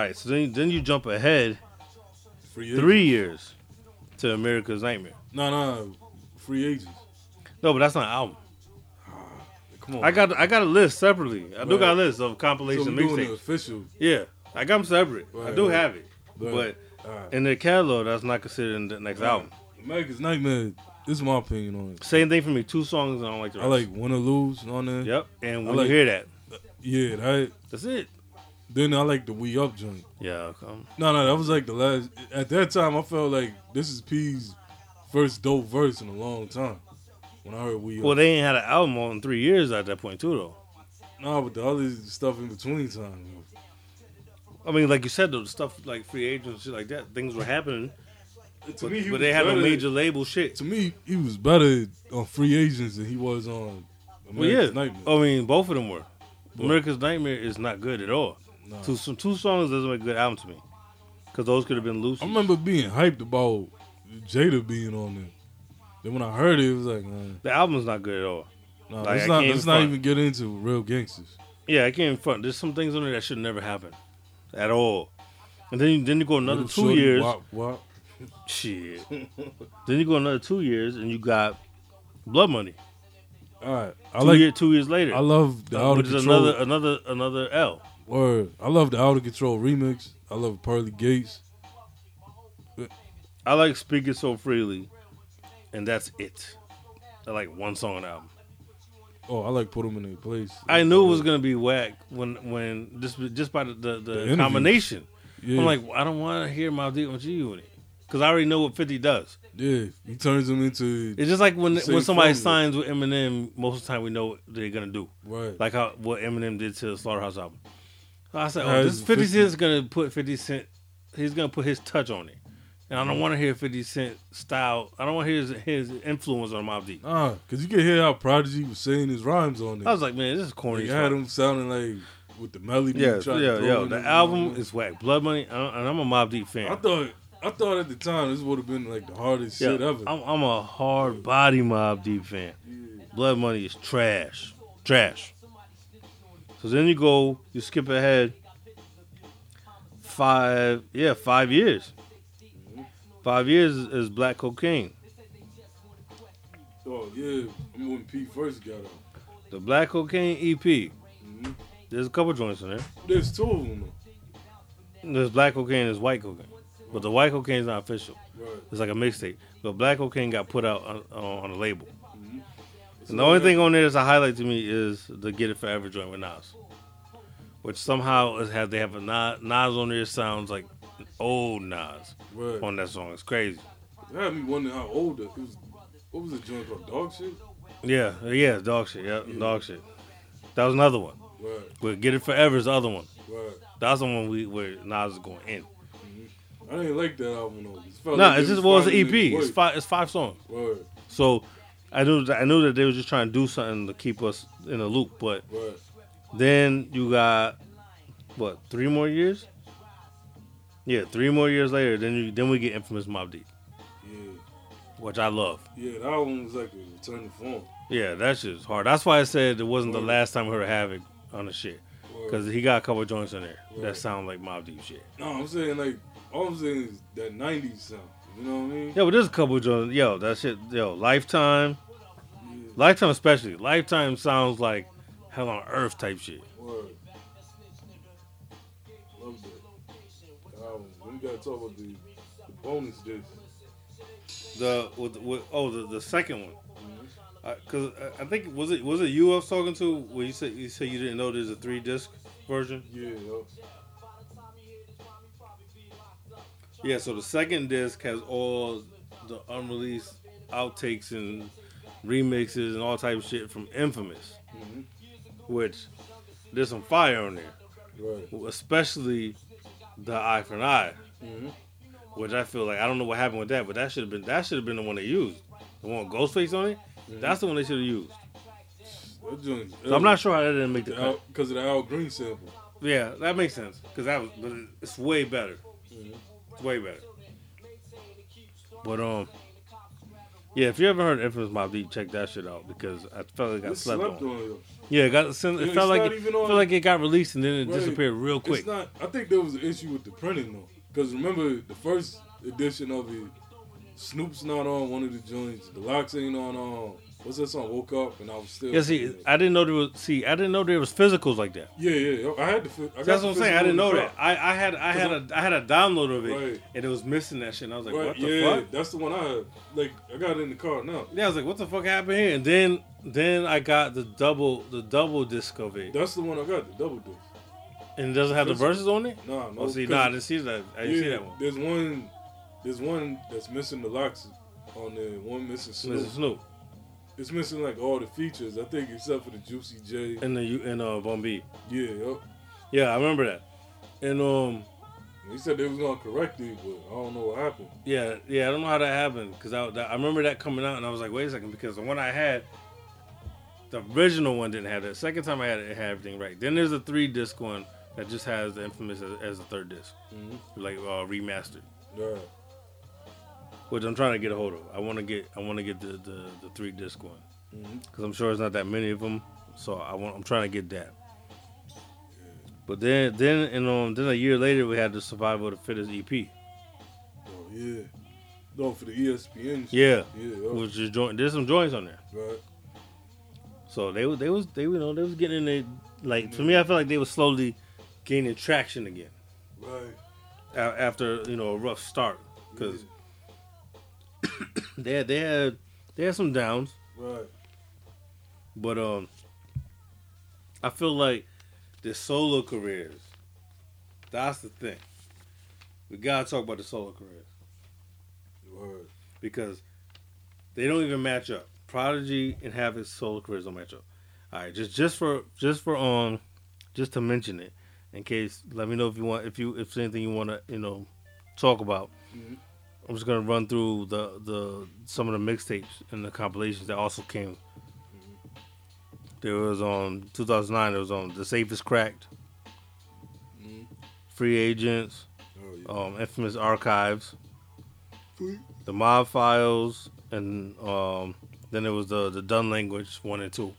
S3: right, so then, then you jump ahead
S2: Free agent.
S3: three years to America's Nightmare.
S2: No, no. Free agents.
S3: No, but that's not an album.
S2: Come on.
S3: I got I got a list separately. I do
S2: Right.
S3: got a list of
S2: so
S3: compilation
S2: we doing the
S3: mixtapes.
S2: official.
S3: Yeah, I got them separate. I
S2: Right,
S3: do
S2: right.
S3: have it, but
S2: all right.
S3: in the catalog, that's not considered in the next album.
S2: America's Nightmare. This is my opinion on it.
S3: Same thing for me. Two songs and I don't like the
S2: I
S3: rest.
S2: like win or lose on there.
S3: Yep, and
S2: I
S3: when
S2: like-
S3: you hear that,
S2: Yeah, that.
S3: that's it.
S2: Then I like the we up joint.
S3: Yeah, um,
S2: No, no, that was like the last. At that time, I felt like this is P's first dope verse in a long time. When I heard we up.
S3: well, they ain't had an album on in three years at that point too, though.
S2: no, but the other stuff in between time. though.
S3: I mean, like you said, though, the stuff like free agents, and shit like that, things were happening,
S2: To
S3: but,
S2: me, he
S3: but
S2: was
S3: they had no
S2: better-
S3: major label shit.
S2: To me, he was better on Free Agents than he was on
S3: Well,
S2: America's
S3: yeah, Oh,
S2: Nightmare.
S3: I mean, both of them were.
S2: What?
S3: America's Nightmare is not good at all.
S2: Nah.
S3: Two some, two songs doesn't make a good album to me, because those could have been loose.
S2: I remember being hyped about Jada being on there. Then when I heard it, it was like, nah,
S3: The album's not good at all.
S2: nah,
S3: Like, I
S2: let's not,
S3: can't
S2: let's
S3: even
S2: not
S3: front.
S2: even get into real gangsters.
S3: Yeah, I can't front. There's some things on there that should never happen, at all. And then then you go another
S2: Little
S3: two
S2: Shorty,
S3: years.
S2: Wop, wop.
S3: Shit. then you go another two years, and you got Blood Money.
S2: All right, I
S3: Two,
S2: like.
S3: year- two years later,
S2: I love the
S3: uh,
S2: out of
S3: which is
S2: control.
S3: another another another L.
S2: Word. I love the Out of Control remix. I love Pearly Gates.
S3: I like Speak It So Freely, and that's it. I like one song on the album.
S2: Oh, I like Put Them in Their Place.
S3: I knew it was gonna be whack when when just just by the the, the,
S2: interviews.
S3: combination.
S2: Yeah,
S3: I'm like, I don't want to hear Mob Deep on G Unit because I already know what Fifty does.
S2: yeah. He turns them into
S3: It's just like when
S2: Same
S3: when
S2: formula.
S3: somebody signs with Eminem, most of the time we know what they're gonna do,
S2: right.
S3: like how what Eminem did to the Slaughterhouse album. So I said, oh,
S2: As
S3: this 50
S2: 50
S3: Cent's gonna put Fifty Cent, he's gonna put his touch on it, and I don't want to hear Fifty Cent style. I don't want to hear his, his influence on Mob Deep.
S2: Nah, cause you can hear how Prodigy was saying his rhymes on it.
S3: I was like, man, this is corny.
S2: Like,
S3: as
S2: I had
S3: fuck."
S2: him sounding like with the melody.
S3: Yeah,
S2: trying to
S3: yeah,
S2: throw
S3: yeah.
S2: in
S3: The
S2: it.
S3: album is whack. Blood Money, I- and I'm a Mob Deep fan.
S2: I thought. I thought at the time this would have been like the hardest
S3: Yeah,
S2: shit ever.
S3: I'm, I'm a hard body Mob Deep fan. Blood Money is trash, trash. So then you go, you skip ahead five, yeah, five years. Five years is, is Black Cocaine.
S2: oh yeah, I mean, when Pete first got out.
S3: The Black Cocaine EP.
S2: Mhm.
S3: There's a couple joints in there.
S2: There's two of them.
S3: There's Black Cocaine, and there's White Cocaine, but the White Cocaine is not official.
S2: though. Right.
S3: It's like a mixtape. But Black Cocaine got put out on, on, on a label.
S2: It's
S3: And the only
S2: like-
S3: thing on there that's a highlight to me is the Get It Forever joint with Nas, which somehow is have they have a Nas, Nas on there sounds like old Nas
S2: Right.
S3: on that song. It's crazy.
S2: That had me wondering how old it was. What was the joint called? Dog shit.
S3: Yeah, yeah, dog shit. Yeah, dog shit. That was another one.
S2: Right,
S3: But Get It Forever is the other one.
S2: right.
S3: That's the one we where Nas is going in.
S2: I didn't like that album though. It felt
S3: No, nah,
S2: like
S3: it's
S2: they was
S3: just well, it's an
S2: fighting
S3: EP.
S2: in
S3: E It's
S2: work.
S3: five. It's five songs.
S2: Right,
S3: So I knew that, I knew that they were just trying to do something to keep us in a loop. But
S2: right.
S3: then you got what three more years? Yeah, three more years later, then you then we get Infamous Mob Deep,
S2: Yeah,
S3: which I love.
S2: yeah. That album was like a return to form.
S3: Yeah, that shit's hard. That's why I said it wasn't the
S2: Word.
S3: last time we heard Havoc on the shit.
S2: Word.
S3: Because he got a couple joints in there
S2: Word.
S3: that sound like Mob Deep shit.
S2: No, I'm saying like all I'm saying is that '90s sound. You know what I mean?
S3: Yeah, but there's a couple joints. Yo, that shit, yo, Lifetime.
S2: Yeah.
S3: Lifetime especially. Lifetime sounds like Hell on Earth type shit.
S2: Word. Love that. That album. We gotta talk about the, the bonus disc.
S3: The with, with oh the, the second one. Because I, I think was it was it you I was talking to where you said you said you didn't know there's a three disc version.
S2: Yeah, yo.
S3: Yeah, so the second disc has all the unreleased outtakes and remixes and all type of shit from Infamous,
S2: Mhm.
S3: which there's some fire on there,
S2: Right.
S3: especially the Eye for an Eye,
S2: Mhm.
S3: which I feel like I don't know what happened with that, but that should have been that should have been the one they used. The one with Ghostface on it, that's the one they should have used.
S2: That joint.
S3: So I'm not sure how that didn't make the cut.
S2: because of the Al Green sample.
S3: Yeah, that makes sense because that was, but it's way better.
S2: Mhm.
S3: It's way better. But um, yeah, if you ever heard Infamous Mob Deep, check that shit out because I felt like I
S2: It
S3: slept,
S2: slept
S3: on.
S2: on yo.
S3: Yeah, it got it sen-
S2: Yeah,
S3: it
S2: it's
S3: felt like
S2: not
S3: it,
S2: even
S3: felt
S2: on-
S3: like it got released and then it
S2: Right.
S3: disappeared real quick.
S2: It's not. I think there was an issue with the printing though, because remember the first edition of it, Snoop's not on one of the joints. The locks ain't on. Um, what's that song? Woke up and I was still.
S3: yeah, see, I didn't know there was see, I didn't know there was physicals like that.
S2: yeah, yeah. yo, I had to. fi- I got
S3: That's
S2: the
S3: what I'm saying. I
S2: physical
S3: didn't know
S2: drop.
S3: that. I, I had I had a I had a download of it
S2: Right.
S3: and it was missing that shit. And I was like,
S2: right,
S3: what the
S2: yeah,
S3: fuck?
S2: that's the one I had. Like I got it in the car now.
S3: Yeah, I was like, what the fuck happened here? And then then I got the double the double disc of it,
S2: That's the one I got. The double disc.
S3: and it doesn't have the
S2: Physical.
S3: verses on it.
S2: Nah, no.
S3: Oh, see,
S2: 'cause-
S3: nah, I didn't see that. I didn't see
S2: yeah,
S3: that one.
S2: There's one. There's one that's missing the locks on there. One missing Snoop.
S3: Mr. Snoop
S2: It's missing like all the features. I think except for the Juicy J.
S3: and the U and uh Bombay.
S2: Yeah. Yo.
S3: Yeah, I remember that. And um,
S2: He said they was gonna correct it, but I don't know what happened.
S3: yeah, yeah, I don't know how that happened because I, that- I remember that coming out and I was like, wait a second, because the one I had, the original one didn't have that. Second time I had it, it had everything right. Then there's a three disc one that just has the infamous as, as the third disc,
S2: Mhm.
S3: like uh, remastered,
S2: Yeah.
S3: which I'm trying to get a hold of. I want to get, I want to get the, the the three disc one
S2: Mhm.
S3: because I'm sure it's not that many of them. So I want, I'm trying to get that. But then, then, and um, then a year later, we had the Survival of the Fittest E EP.
S2: Oh yeah. No, for the E ESPN. shit.
S3: Yeah,
S2: Yeah. Yo.
S3: which is joint. There's some joints on there.
S2: right.
S3: So they was they was they you know they was getting in there like to me I feel like they was slowly gaining traction again
S2: Right.
S3: a- after you know a rough start because
S2: yeah,
S3: they had they had they had some downs
S2: Right.
S3: but um I feel like the solo careers that's the thing we gotta talk about the solo careers
S2: Right.
S3: because they don't even match up Prodigy and Havoc's solo careers don't match up all right just just for just for um just to mention it in case let me know if you want if you if there's anything you want to you know talk about
S2: Mhm.
S3: i'm just going to run through the the some of the mixtapes and the compilations that also came there was um, on 2009 there was on the safest cracked
S2: Mhm.
S3: free agents
S2: Oh yeah.
S3: um infamous archives
S2: Free.
S3: the mob files and um then there was the the done language one and two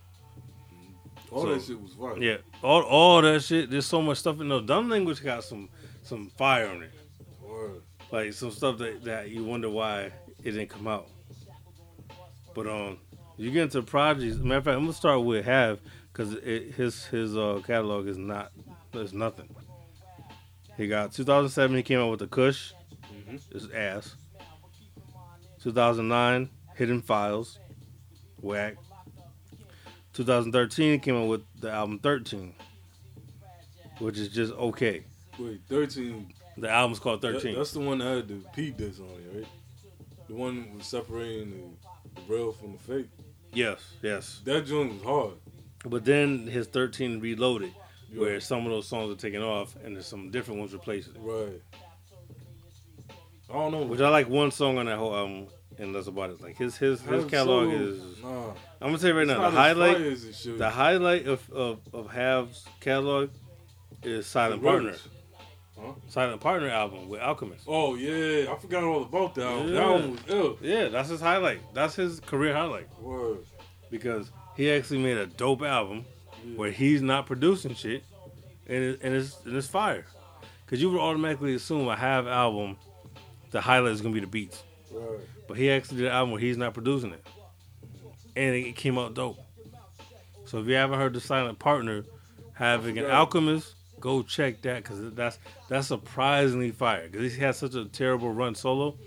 S2: All that
S3: so-
S2: shit was right.
S3: Yeah, all all that shit. There's so much stuff in there. Dumb language got some some fire on it.
S2: Word.
S3: Like some stuff that, that you wonder why it didn't come out. But um, you get into projects. Matter of fact, I'm gonna start with Have because his his uh catalog is not there's nothing. He got 2007. He came out with the Kush,
S2: Mhm.
S3: his ass. 2009, Hidden Files, whack. 2013, he came out with the album 13, which is just okay.
S2: Wait, thirteen.
S3: The album's called
S2: that-
S3: 13.
S2: that's the one that had the P disc on it, right? The one that was separating the, the real from the fake.
S3: yes, yes.
S2: That joint was hard.
S3: But then his 13 Reloaded, where some of those songs are taken off and there's some different ones replacing it.
S2: Right. I don't know.
S3: Which I like one song on that whole album, and that's about it. Like his his his
S2: Have
S3: catalog
S2: Solo-
S3: is.
S2: Nah.
S3: I'm gonna tell you right
S2: It's
S3: now,
S2: not
S3: the
S2: as
S3: highlight,
S2: fire as it should.
S3: the highlight of of of Hav's catalog is Silent Partner,
S2: Records.
S3: Silent Partner album with Alchemist.
S2: Oh yeah, I forgot all about that. One.
S3: Yeah.
S2: That one was ill.
S3: Yeah, that's his highlight. That's his career highlight
S2: Word.
S3: because he actually made a dope album
S2: Yeah.
S3: where he's not producing shit, and it, and it's and it's fire. Cause you would automatically assume a Have album, the highlight is gonna be the beats,
S2: Right.
S3: but he actually did an album where he's not producing it, and it came out dope. So if you haven't heard the Silent Partner, having an
S2: Yeah.
S3: Alchemist, go check that because that's that's surprisingly fire. Because he had such a terrible run solo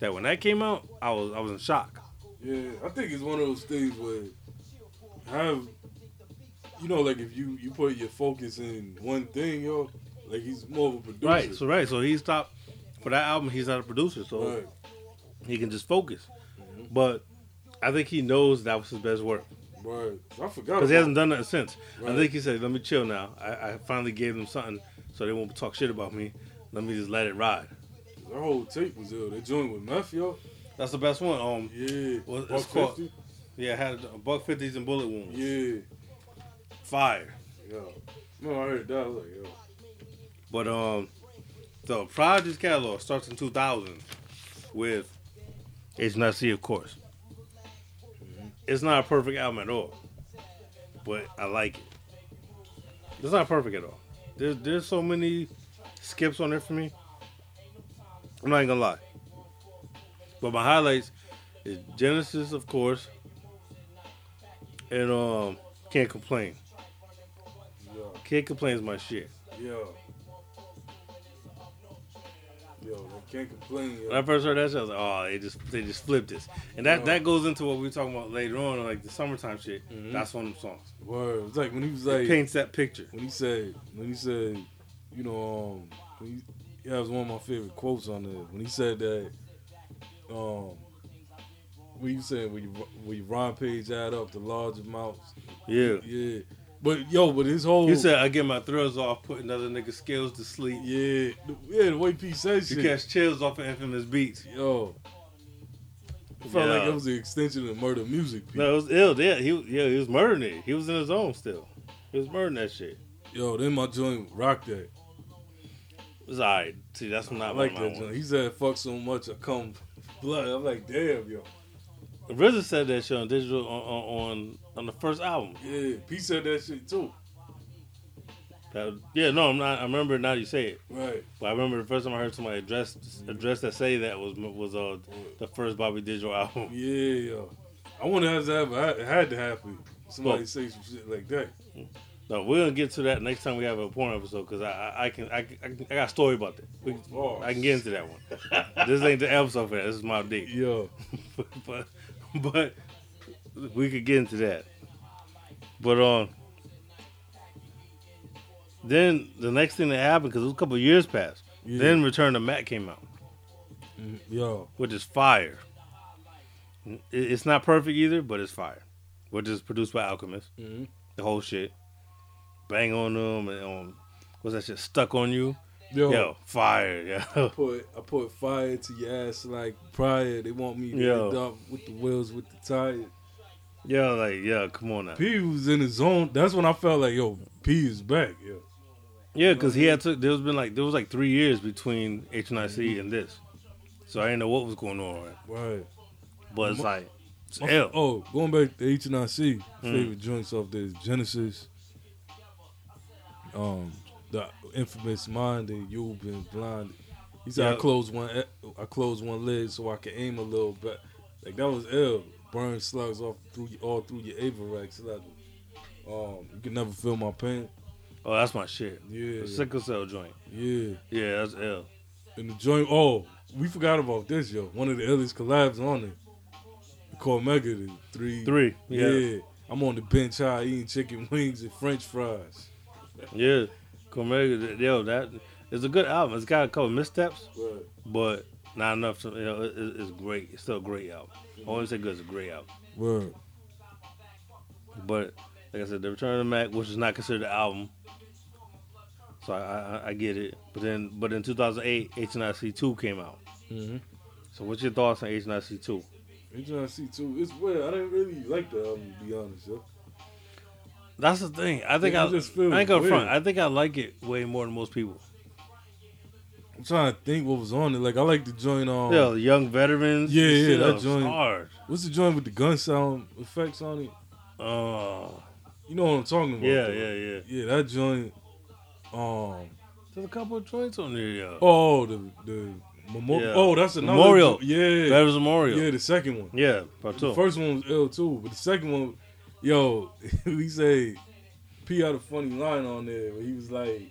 S3: that when that came out, I was I was in shock.
S2: Yeah, I think it's one of those things where have you know, like if you you put your focus in one thing, yo, like he's more of a producer.
S3: Right, so right, so he stopped for that album. He's not a producer, so
S2: Right. Mm-hmm.
S3: he can just focus. But I think he knows that was his best work
S2: Right. I forgot.
S3: because he
S2: about-
S3: hasn't done that since. I
S2: Right.
S3: think he said, "Let me chill now. I, I finally gave them something, so they won't talk shit about me. Let me just let it ride."
S2: That whole tape was ill. They joined with Meth, yo.
S3: That's the best one. Um,
S2: Yeah.
S3: Well, it's
S2: Buck
S3: called-
S2: 50.
S3: yeah, I had a buck fifties and bullet wounds.
S2: Yeah.
S3: Fire.
S2: Yo. No, I heard that. I was like, yo.
S3: But um, the Prodigy's catalog starts in 2000 with It's Not See, of course. It's not a perfect album at all, but I like it. It's not perfect at all. There's there's so many skips on there for me. I'm not even gonna lie. But my highlights is Genesis, of course, and um, Can't Complain.
S2: Yo.
S3: Can't Complain is my shit.
S2: Yo. Yo, I can't complain, yo.
S3: When I first heard that shit, I was like, oh, they just they just flipped this. And that,
S2: Yeah.
S3: that goes into what we were talking about later on, like the summertime shit.
S2: Mhm.
S3: That's one of them songs.
S2: Word. It's like when he was
S3: it
S2: like
S3: paints that picture.
S2: when he said when he said, you know, um when he, yeah, it was one of my favorite quotes on there. When he said that um when you said when you when you Ron Page add up the large amounts.
S3: Yeah.
S2: Yeah. But yo, but his whole
S3: He said, I get my thrills off putting other niggas' skills to sleep.
S2: Yeah, the- yeah, the way P says
S3: You
S2: shit.
S3: catch chills off of infamous beats.
S2: Yo. It felt like
S3: Yeah.
S2: it was an extension of murder music. P.
S3: No, it was ill. Yeah, he yeah, he was murdering it. He was in his own still. He was murdering that shit.
S2: Yo, then my joint rocked that.
S3: It was alright. See, that's
S2: I
S3: not
S2: like
S3: one of
S2: that
S3: my
S2: joint.
S3: ones.
S2: He said, "Fuck so much, I come blood." I'm like, damn, yo.
S3: RZA said that shit on digital on on, on, on the first album.
S2: Yeah, P said that shit too.
S3: That- yeah, no, I'm not. I remember now you say it.
S2: Right.
S3: But I remember the first time I heard somebody address address that say that was was uh the first Bobby Digital album.
S2: Yeah, yo. I wonder how that ever it had to happen. Somebody
S3: Well-
S2: say some shit like that.
S3: No, we're gonna get to that next time we have a porn episode because I, I I can I, can- I can- I got a story about that. We,
S2: Oh,
S3: I can get into that one. this ain't the episode for that. This is my dick.
S2: Yo,
S3: but but we could get into that. But um, then the next thing that happened because it was a couple of years passed.
S2: Yeah.
S3: Then Return to Matt came out. Mm-hmm.
S2: Mm, yo,
S3: which is fire. It- It's not perfect either, but it's fire. Which is produced by Alchemist.
S2: Mhm.
S3: The whole shit. Bang on them and um, what's that shit? Stuck on you.
S2: yo.
S3: Yo, fire. Yeah.
S2: Put I put fire to your ass like prior. They want me to
S3: Yo.
S2: end up with the wheels with the tire.
S3: yo, like yeah, come on now.
S2: P was in his zone. That's when I felt like yo, P is back. Yo,
S3: Yeah, because he had took. There was been like there was like three years between H and I
S2: Mm-hmm.
S3: C and this, so I didn't know what was going on. Right?
S2: right.
S3: But it's like, it's
S2: My-
S3: ill.
S2: Oh, going back to H and I C, favorite joints off there is Genesis. Um, the infamous mind that you've been blind. He said
S3: Yeah.
S2: I closed one e- I closed one lid so I could aim a little bit. Like that was ill. Burn slugs off through your- all through your Avarax level. Um, you can never feel my pain.
S3: Oh, that's my shit.
S2: Yeah.
S3: The sickle cell joint.
S2: Yeah.
S3: Yeah, that's ill.
S2: And the joint oh, we forgot about this, yo. One of the illest collabs on it. Called Mega the three
S3: Three.
S2: Yeah.
S3: Yeah.
S2: I'm on the bench high eating chicken wings and french fries.
S3: Yeah, Cormega, yo, that it's a good album. It's got a couple missteps,
S2: Right.
S3: but not enough. To, you know, it, it- it's great. It's still a great album. I always say good. It's a great album,
S2: Word.
S3: but Like I said, The Return of the Mac, which is not considered an album. So I, I, I get it. But then but in 2008, HNIC 2 came out.
S2: Mm-hmm.
S3: So what's your thoughts on HNIC 2?
S2: HNIC too. It's weird. I didn't really like the album to be honest, yo.
S3: That's the thing. I think
S2: Yeah,
S3: I,
S2: it just feels
S3: I ain't gonna front.
S2: weird.
S3: I think I like it way more than most people.
S2: I'm trying to think what was on it. Like I like the joint on
S3: Yeah, young veterans.
S2: Oh. Yeah,
S3: this
S2: yeah,
S3: shit
S2: that
S3: was
S2: joint.
S3: Hard.
S2: what's the joint with the gun sound effects on it?
S3: Oh,
S2: You know what I'm talking about.
S3: yeah,
S2: though.
S3: yeah, yeah.
S2: Yeah, that joint um
S3: There's a couple of joints on there, yeah.
S2: oh the the memorial
S3: Yeah.
S2: oh that's another
S3: Memorial.
S2: jo- Yeah.
S3: Veterans Memorial.
S2: yeah, the second one.
S3: Yeah, part two.
S2: The first one was L too, but the second one, yo, he say P had a funny line on there where he was like,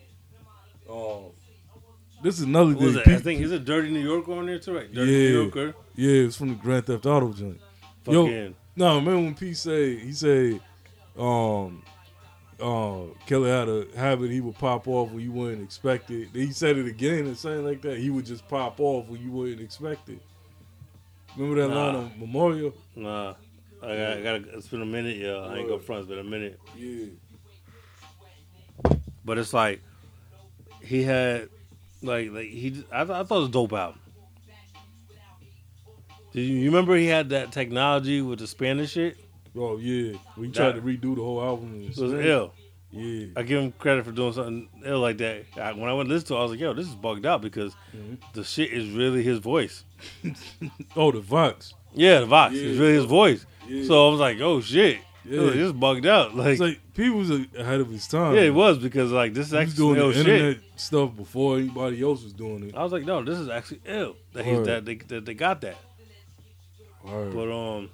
S2: um, this is another
S3: What was
S2: thing.
S3: it?
S2: P-
S3: I think is it Dirty New Yorker on there too, right? Dirty
S2: Yeah.
S3: New Yorker.
S2: yeah, it's from the Grand Theft Auto joint. Yo.
S3: Fucking
S2: No, remember when P say he say, um, uh, Killer had a habit he would pop off when you wouldn't expect it. Then He said it again and something like that. He would just pop off when you wouldn't expect it. Remember that
S3: Nah.
S2: line on Memorial?
S3: nah. I got, I got. It's been a minute, yeah. I ain't go front. It's been a minute,
S2: Yeah.
S3: but it's like he had, like, like he. I, th- I thought it was a dope album. Do you, you remember he had that technology with the Spanish shit?
S2: Oh yeah, we tried
S3: That-
S2: to redo the whole album.
S3: It was ill.
S2: Yeah,
S3: I give him credit for doing something ill like that. I, when I went to listen to it, I was like, yo, this is bugged out because
S2: Mhm.
S3: the shit is really his voice.
S2: Oh, the Vox.
S3: Yeah, the Vox
S2: Yeah.
S3: is really his voice.
S2: Yeah.
S3: So I was like, oh shit.
S2: Yeah.
S3: Like, this is bugged out. Like,
S2: it's like P was a- ahead of his time.
S3: yeah, it was because like this is
S2: He was
S3: actually
S2: doing
S3: ill
S2: the internet
S3: shit.
S2: stuff before anybody else was doing it.
S3: I was like, no, this is actually ill that he's
S2: Word.
S3: that they, that they got that.
S2: Word.
S3: But um,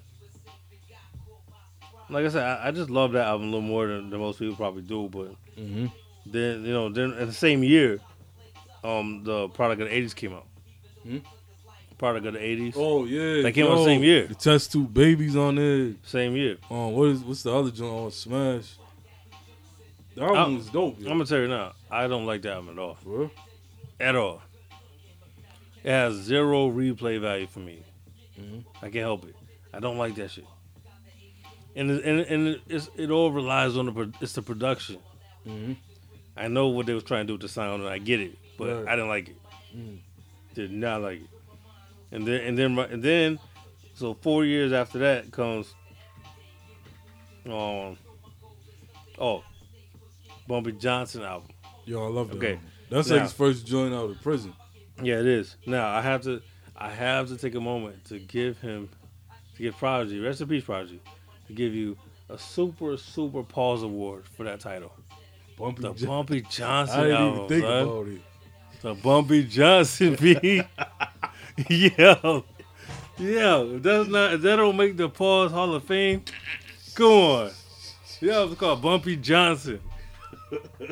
S3: like I said, I, I just love that album a little more than, than most people probably do. But
S2: Mhm.
S3: mm-hmm. then you know, then in the same year, um, the product of the '80s came out.
S2: Hmm?
S3: Product of the '80s,
S2: Oh yeah,
S3: They came out the same year.
S2: The test two babies on there.
S3: same year.
S2: Um, what is what's the other joint on Smash? That
S3: I'm-
S2: album was dope.
S3: I'm
S2: Yo.
S3: gonna tell you now, I don't like that album at all.
S2: For real?
S3: At all. It has zero replay value for me.
S2: Mhm.
S3: I can't help it. I don't like that shit. And it, and it- and it's, it all relies on the pro- it's the production. Mm-hmm.
S2: Mhm.
S3: I know what they was trying to do with the sound, and I get it, but
S2: Right.
S3: I didn't like it.
S2: Mm.
S3: Did not like it. And then and then my- and then, so four years after that comes, um, oh, Bumpy Johnson album.
S2: Yo, I love that.
S3: Okay.
S2: album. That's
S3: Now-
S2: like his first joint out of prison.
S3: Yeah, it is. Now I have to, I have to take a moment to give him, to give Prodigy, rest in peace, Prodigy, to give you a super super pause award for that title,
S2: Bumpy.
S3: the
S2: J-
S3: Bumpy Johnson
S2: I didn't
S3: album,
S2: even think
S3: son.
S2: about it.
S3: the Bumpy Johnson B. yo, yo, if that's not, if that don't make the pause Hall of Fame, go on. Yo, it's called Bumpy Johnson.
S2: I didn't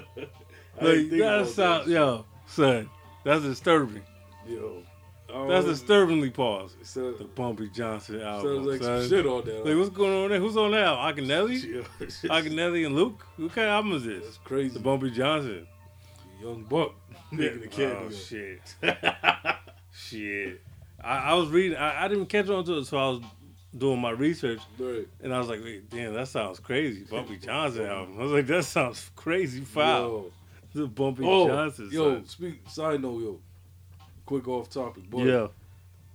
S3: Like
S2: think about
S3: that's how,
S2: that.
S3: yo, son, that's disturbing.
S2: Yo, Um, Oh.
S3: That's disturbingly pause.
S2: so,
S3: The Bumpy Johnson album.
S2: sounds like
S3: son.
S2: some shit on that.
S3: Like, what's going on there? Who's on that? album? Akinelli?
S2: That's
S3: Akinelli and Luke? What kind of album is this?
S2: crazy.
S3: The Bumpy Johnson.
S2: Young Buck making the cat.
S3: Oh, shit. shit. I, I was reading, I, I didn't catch on to it, so I was doing my research,
S2: Right.
S3: and I was like, wait, damn, that sounds crazy. Bumpy Johnson album. I was like, that sounds crazy foul.
S2: Yo.
S3: The Bumpy
S2: Oh,
S3: Johnson.
S2: yo.
S3: son.
S2: Speak. Side note, yo. Quick off topic, but
S3: Yeah.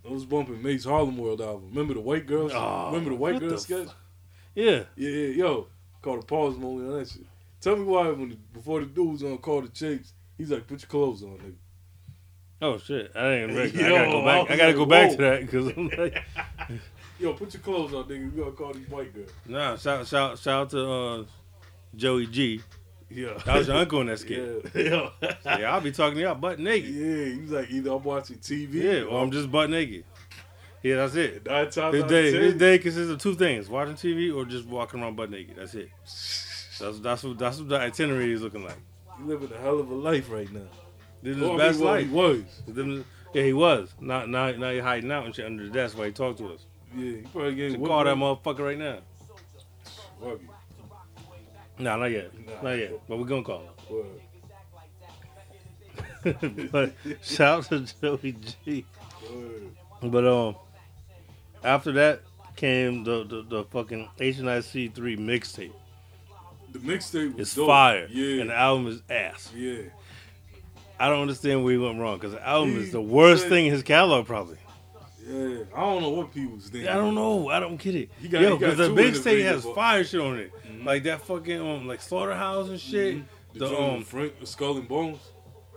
S2: I was bumping Mace Harlem World album. Remember the white girls?
S3: Oh,
S2: Remember the white
S3: what
S2: girl
S3: the
S2: sketch?
S3: Yeah.
S2: Yeah, yeah, yo. Called a pause moment on that shit. Tell me why when the, before the dudes on call the chicks, he's like, "Put your clothes on, nigga."
S3: Oh shit! I didn't. Rec- I
S2: Yo,
S3: gotta go
S2: I
S3: back.
S2: was
S3: I gotta
S2: like,
S3: go back
S2: whoa.
S3: to that because I'm like,
S2: Yo, put your clothes on, nigga. We gonna call these white girls.
S3: Nah, shout shout shout out to uh, Joey G.
S2: Yeah,
S3: That was your uncle in that skit.
S2: yeah, yo.
S3: Yeah, I'll be talking to y'all butt naked.
S2: yeah. He was like, either I'm watching TV,
S3: Yeah, or I'm just butt naked. Yeah, that's it.
S2: nine times
S3: His
S2: out
S3: day
S2: of
S3: his
S2: ten.
S3: day consists of two things: watching TV or just walking around butt naked. That's it. That's that's what that's what the itinerary is looking like.
S2: He living a hell of a life right now.
S3: Living
S2: Or, I
S3: his
S2: mean,
S3: best
S2: well, he
S3: life.
S2: was.
S3: Living- Yeah, he was. Now now now you're hiding out and shit under the desk while he talked to us.
S2: Yeah, he probably
S3: You
S2: getting
S3: should call that motherfucker right now.
S2: Fuck
S3: Nah, not yet.
S2: Nah.
S3: Not yet. But we're gonna call him.
S2: it. Word.
S3: but shout out to Joey G.
S2: Word.
S3: But um, after that came the the, the fucking HNIC three mixtape.
S2: The mixtape was
S3: It's
S2: dope.
S3: fire.
S2: Yeah.
S3: And the album is ass.
S2: yeah.
S3: I don't understand where he went wrong because the album
S2: He
S3: is the worst
S2: said-
S3: thing in his catalog, probably.
S2: Yeah. I don't know what people was thinking.
S3: I don't know. I don't get it.
S2: He got-
S3: Yo,
S2: he got
S3: because the
S2: two
S3: big
S2: in the
S3: state
S2: video,
S3: has
S2: but-
S3: fire shit on it, like that fucking um, like slaughterhouse and shit.
S2: Mm-hmm. The,
S3: The
S2: joint
S3: um,
S2: with Frank, Skull and Bones.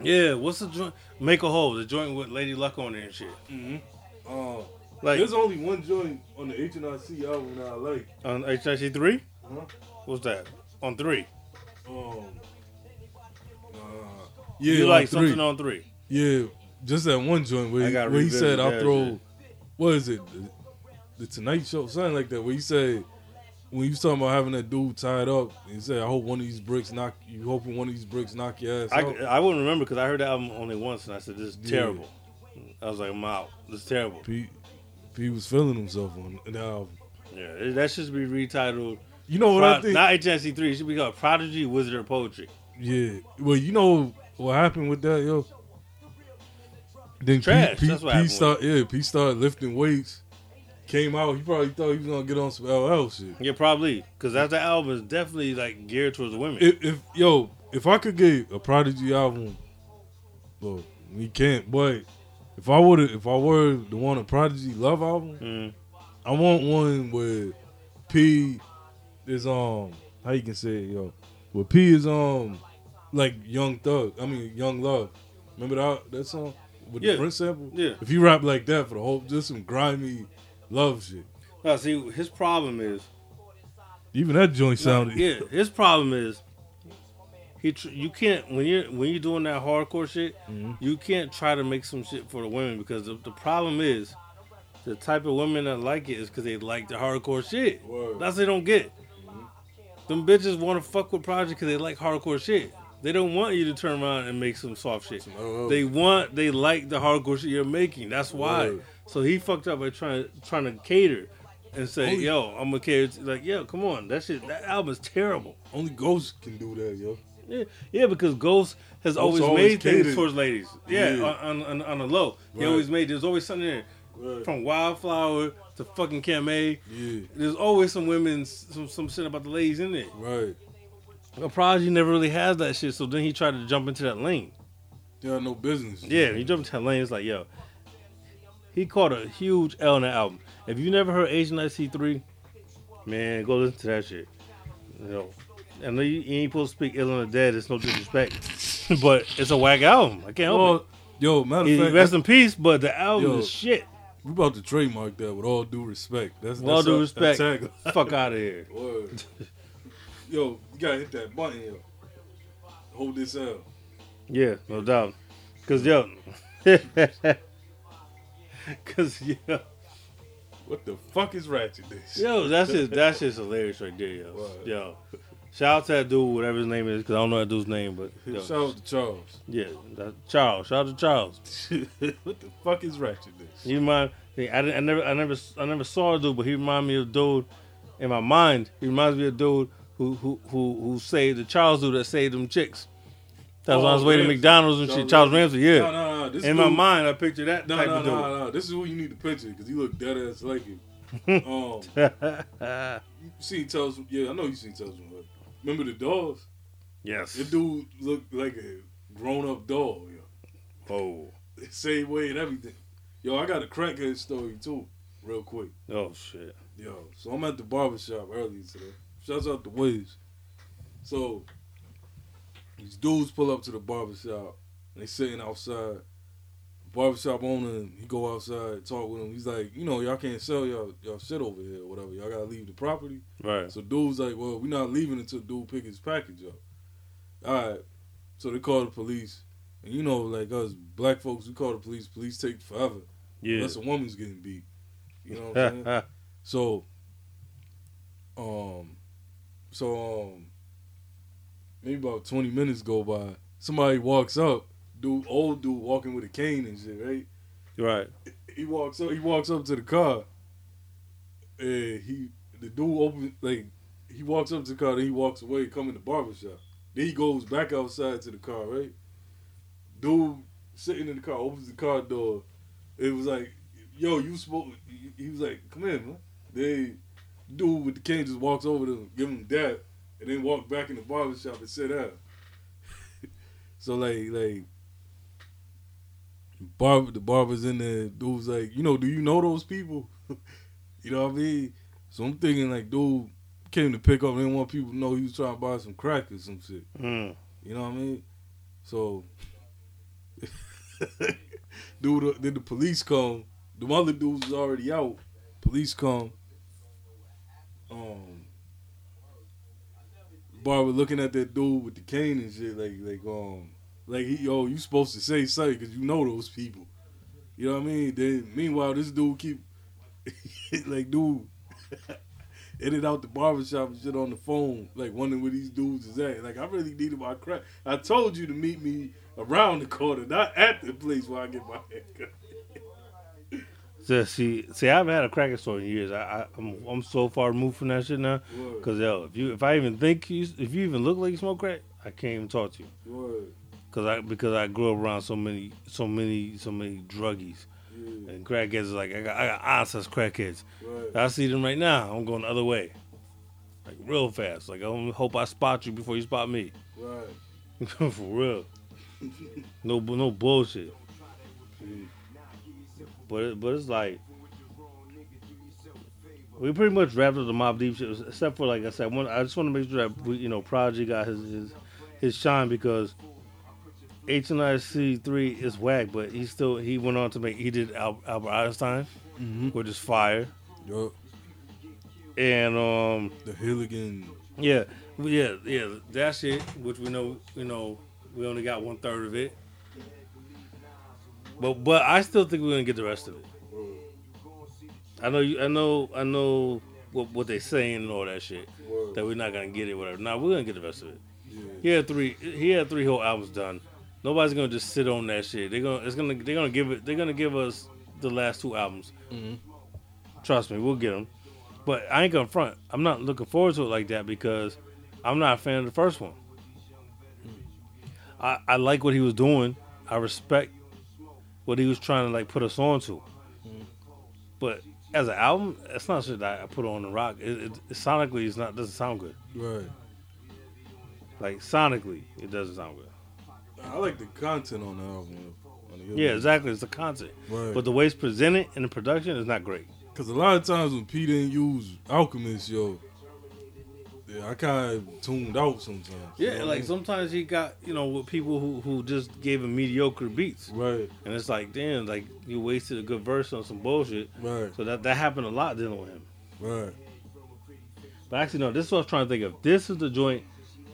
S3: yeah, what's the joint? Make a hole. The joint with Lady Luck on it and shit.
S2: Uh,
S3: Like
S2: there's only one joint on the HNIC album that I like.
S3: on HIC three.
S2: Huh?
S3: What's that? On three.
S2: Um, uh, yeah,
S3: you
S2: on
S3: like
S2: three.
S3: something on three?
S2: Yeah, just that one joint where
S3: I
S2: he,
S3: gotta
S2: where he
S3: revisit
S2: said,
S3: that
S2: "I'll throw."
S3: shit.
S2: What is it? The, the Tonight Show, something like that. Where he said, when you was talking about having that dude tied up, and he said, "I hope one of these bricks knock. You hoping one of these bricks knock your ass
S3: I, uh,
S2: out."
S3: I wouldn't remember because I heard the album only once and I said this is
S2: Yeah.
S3: terrible. I was like, I'm out. This is terrible.
S2: P, P was feeling himself on the album.
S3: Yeah, that should be retitled.
S2: You know what I
S3: Pro-
S2: think?
S3: not HIC three. It should be called Prodigy Wizard of Poetry.
S2: yeah. Well, you know what happened with that, yo. Then
S3: Trash,
S2: P, P,
S3: that's what
S2: P
S3: happened
S2: start, yeah, P started lifting weights. Came out, he probably thought he was gonna get on some LL shit.
S3: Yeah, probably because that's the album is definitely like geared towards women.
S2: if, if yo, if I could get a Prodigy album, well, we can't. But if I would, if I were to want a Prodigy love album,
S3: Mm.
S2: I want one where P is um how you can say it, yo, where P is um like Young Thug. I mean Young Love. Remember that that song with
S3: Yeah.
S2: the Prince sample?
S3: Yeah.
S2: If you rap like that for the whole, just some grimy love shit.
S3: Now, see, his problem is
S2: Even that joint sounded.
S3: yeah. His problem is he. Tr- you can't when you're when you're doing that hardcore shit.
S2: Mhm.
S3: You can't try to make some shit for the women because the, the problem is the type of women that like it is because they like the hardcore shit.
S2: Word. Mm-hmm.
S3: That's what they don't get. Them bitches want to fuck with Project because they like hardcore shit. They don't want you to turn around and make some soft shit.
S2: LL.
S3: They want, they like the hardcore shit you're making. That's why.
S2: Word.
S3: So he fucked up by trying trying to cater and say,
S2: Oh, yeah.
S3: "Yo, I'm gonna cater." to-" Like, "Yo, come on, that shit, that album's terrible."
S2: Only Ghost can do that, yo.
S3: Yeah, yeah, because Ghost has always,
S2: always
S3: made
S2: catered.
S3: things towards ladies. Yeah,
S2: Yeah.
S3: On, on, on the low, he
S2: Right.
S3: always made. There's always something there,
S2: Right.
S3: from Wildflower to fucking Kame.
S2: Yeah.
S3: There's always some women, some some shit about the ladies in there.
S2: Right.
S3: Well, Prodigy never really has that shit, so then he tried to jump into that lane.
S2: They had no business.
S3: Yeah, he jumped into that lane. It's like, yo, he caught a huge L in the album. If you never heard Asian IC three, man, go listen to that shit. You know, I know you, you ain't supposed to speak ill on the dead. It's no disrespect, but it's a whack album. I can't help
S2: Well, yo, matter
S3: it. He-
S2: of fact,
S3: rest in peace, but the album
S2: Yo.
S3: is shit.
S2: we about to trademark that with all due respect. That's
S3: With all
S2: that's
S3: due
S2: our-
S3: respect,
S2: our tagline.
S3: fuck out of here.
S2: Word. yo, you gotta hit that button, yo. Hold this out.
S3: Yeah, no doubt. Cause yo, cause yo.
S2: What the fuck is ratchet this?
S3: Yo, that's just that's just hilarious right there, yo.
S2: Right.
S3: Yo, shout out to that dude, whatever his name is, because I don't know that dude's name, but yo,
S2: Shout out to Charles.
S3: yeah, that, Charles. Shout out to Charles.
S2: what the fuck is ratchet this?
S3: He remind I, didn't- I never I never I never saw a dude, but he reminded me of a dude in my mind. He reminds me of a dude who who who who saved the Charles dude that saved them chicks. That was on
S2: Charles
S3: his way to
S2: Ramsey.
S3: McDonald's and shit. Charles
S2: Charles
S3: Ramsey, yeah.
S2: No, no, no. This
S3: in my
S2: dude-
S3: mind, I picture that
S2: No,
S3: type
S2: no,
S3: of dude.
S2: no, no. This is who you need to picture because he looked dead ass like him. um, you seen Charles? Yeah, I know you seen Charles. but Remember the dogs?
S3: yes.
S2: The dude looked like a grown up dog, yo.
S3: Oh.
S2: Same way and everything. Yo, I got a crackhead story too, real quick.
S3: Oh shit.
S2: Yo, so I'm at the barbershop earlier today. Shouts out to Wiz. So these dudes pull up to the barbershop. They sitting outside. Barbershop owner, he go outside, talk with him. He's like, you know, y'all can't sell y'all y'all shit over here or whatever. Y'all gotta leave the property.
S3: Right.
S2: So dude's like, well, we're not leaving until dude pick his package up. All right. So they call the police. And you know, like us black folks, we call the police. Police take forever.
S3: Yeah.
S2: Unless a woman's getting beat. You know what I'm saying? So, um, so, um, maybe about 20 minutes go by. Somebody walks up. Dude, old dude walking with a cane and shit, right?
S3: right.
S2: he walks up. He walks up to the car. And he, the dude, opens like he walks up to the car. Then he walks away, coming to barbershop. Then he goes back outside to the car. Right, dude sitting in the car opens the car door. It was like, yo, you spoke. He he was like, come in, man. They dude with the cane just walks over to him, give him that, and then walked back in the barber shop and sat down. so like like barber the barber's in there, dude was like, you know, do you know those people? you know what I mean? So I'm thinking like dude came to pick up and didn't want people to know he was trying to buy some crack or some shit.
S3: Mm.
S2: You know what I mean? So, dude, uh, then the police come. The other dude was already out. Police come. Um, Barbara looking at that dude with the cane and shit, like, like, um, like he, yo, you supposed to say something because you know those people. You know what I mean? Then meanwhile, this dude keep, like, dude. in and out the barbershop and shit on the phone, like wondering where these dudes is at. Like I really needed my crack. I told you to meet me around the corner, not at the place where I get my haircut.
S3: So, see, see, I haven't had a cracker store in years. I, I I'm, I'm so far removed from that shit now.
S2: Word,
S3: Cause yo, if you, if I even think you, if you even look like you smoke crack, I can't even talk to you.
S2: word,
S3: Cause I, because I grew up around so many, so many, so many druggies
S2: yeah,
S3: and crackheads. Is like I got, I got aunts that's crackheads.
S2: Mm. right,
S3: I see them right now. I'm going the other way, like real fast. Like I don't hope I spot you before you spot me.
S2: right.
S3: For real. No, bu- no bullshit.
S2: Yeah.
S3: But it, but it's like we pretty much wrapped up the Mob Deep shit, except for like I said, one, I just want to make sure that we, you know Prodigy got his his, his shine because HNIC three is whack, but he still he went on to make he did Al, Albert Einstein,
S2: Mm-hmm.
S3: which is fire,
S2: Yo,
S3: and um
S2: the Hilligan.
S3: yeah yeah yeah that shit, which we know you know we only got one third of it, but but I still think we're gonna get the rest of it.
S2: Word,
S3: I know you. I know. I know what what they saying and all that shit.
S2: word.
S3: That we're not gonna get it. Whatever. Nah, we're gonna get the rest of it.
S2: yeah,
S3: He had three. He had three whole albums done. Nobody's gonna just sit on that shit. They're gonna. It's gonna. They're gonna give it. They're gonna give us the last two albums.
S2: Mhm.
S3: Trust me, we'll get them. But I ain't gonna front. I'm not looking forward to it like that because I'm not a fan of the first one. I I like what he was doing. I respect what he was trying to like put us on to.
S2: Mhm.
S3: But as an album, it's not shit that I put on the rock. It, it, it sonically, it's not doesn't sound good.
S2: right.
S3: Like sonically, it doesn't sound good.
S2: I like the content on the album. On the Hilligan.
S3: Yeah, exactly. It's the content.
S2: Right.
S3: But the way it's presented in the production is not great.
S2: Cause a lot of times when P didn't use Alchemist, yo, yeah, I kind of tuned out sometimes. you know
S3: Yeah,
S2: what
S3: like
S2: I
S3: sometimes he got, you know, with people who, who just gave him mediocre beats.
S2: mean? right,
S3: And it's like, damn, like you wasted a good verse on some bullshit.
S2: right,
S3: So that, that happened a lot dealing with him.
S2: right.
S3: But actually, no, this is what I was trying to think of. This is the joint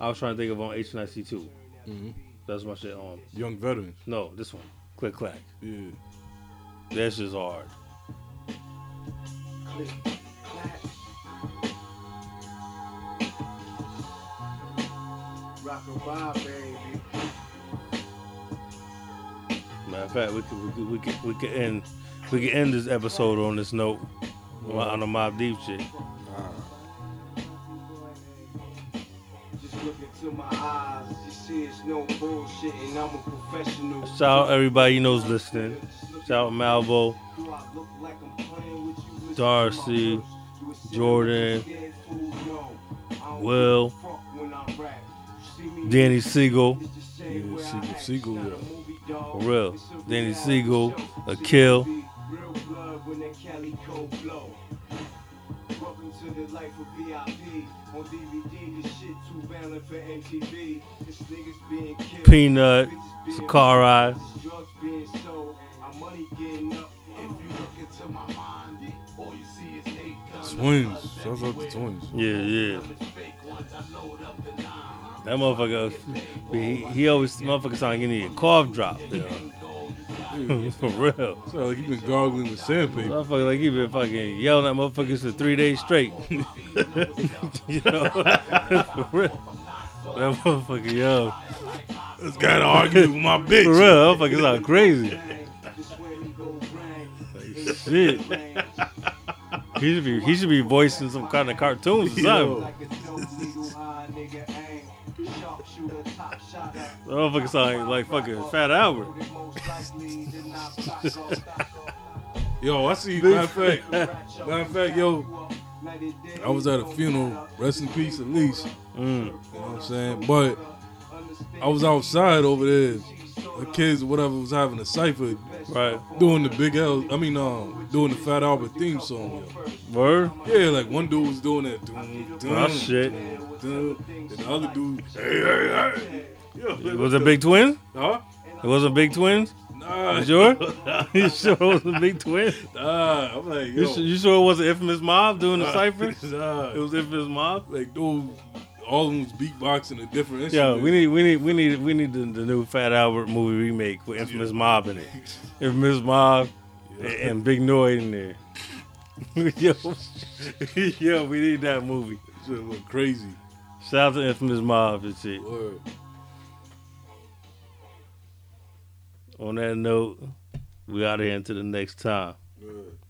S3: I was trying to think of on HNIC2.
S2: hmm
S3: That's my shit on.
S2: Young veterans.
S3: No, this one. Click Clack.
S2: Yeah.
S3: That's just hard.
S4: Rock and roll, baby.
S3: Matter of fact, we could we could, we could, we could end we could end this episode on this note on the Mob Deep shit.
S4: Just look into my eyes. You see, it's no bullshit, and I'm a professional.
S3: Shout out everybody you know's listening. Shout out Malvo.
S4: Do I look like I'm playing with you? Listen to
S3: Darcy,
S4: my verse. You a
S3: Jordan,
S4: scared fool, no. I don't
S3: Will,
S4: give a fuck when I rap. You see me
S3: Danny Siegel,
S4: It's the same
S2: Yeah,
S4: way I
S2: Siegel-
S4: act.
S2: Siegel,
S4: Not a
S2: yeah.
S4: movie, dog.
S3: For real.
S4: It's a
S3: Danny
S4: reality
S3: Siegel,
S4: show.
S3: a
S4: See,
S3: kill.
S4: be real blood when that calico blow. Welcome to the life of VIP. On DVD, this shit too violent for MTV. This niggas being killed.
S3: Peanut,
S4: bitches being
S3: Sakari.
S4: this drugs being sold. Our money getting up. If you look into my mind, all you see is hate. guns,
S2: Twins.
S4: guns
S2: Shout out the
S4: everywhere.
S2: twins.
S3: Yeah, yeah.
S4: Them is fake ones, I load up the nine.
S3: That motherfucker, he, he always motherfucker sound like he need a cough drop. you know. For real.
S2: Sound like you been gargling with sandpaper.
S3: Motherfucker, like he been fucking yelling at motherfuckers for three days straight. you know, for real. That motherfucker, yo,
S2: This guy to argue with my bitch.
S3: for real, that motherfucker sound crazy. Shit, he should be he should be voicing some kind of cartoons or something.
S2: Yo.
S4: ah, That
S3: That motherfucker sound like fucking Fat Albert.
S2: Yo, I see. Matter of fact, matter of fact, yo,
S4: I was at a funeral. Rest in peace, Elise.
S3: Mm.
S4: You know what I'm saying? But I was outside over there.
S2: The
S4: The kids
S2: kids, or whatever, was having a cipher
S3: Right.
S2: doing the Big L. I mean, um, doing the Fat Albert theme song. Yo.
S3: Word?
S2: Yeah, like one dude was doing that. Dun, dun,
S3: Oh, shit.
S4: uh,
S2: dun, and the other dude, hey, hey, hey. Yeah,
S3: It was a big twin?
S2: Huh?
S3: It wasn't big twins?
S2: Nah,
S3: You sure? you sure it wasn't big twins?
S2: Nah, I'm like,
S3: You,
S2: yo.
S3: su- you sure it wasn't infamous mob doing the
S2: Nah,
S3: cipher?
S2: Nah.
S3: It was infamous mob?
S2: like dude, all of them was beatboxing a different instrument.
S3: Yo, we need we need we need we need the, the new Fat Albert movie remake with infamous mob in it. Infamous mob and, and Big Noid in there. yo, yo, we need that movie.
S2: Shit look crazy.
S3: Shout out to Infamous Mob and shit.
S2: Word.
S3: On that note, we out of here until the next time.
S2: Word.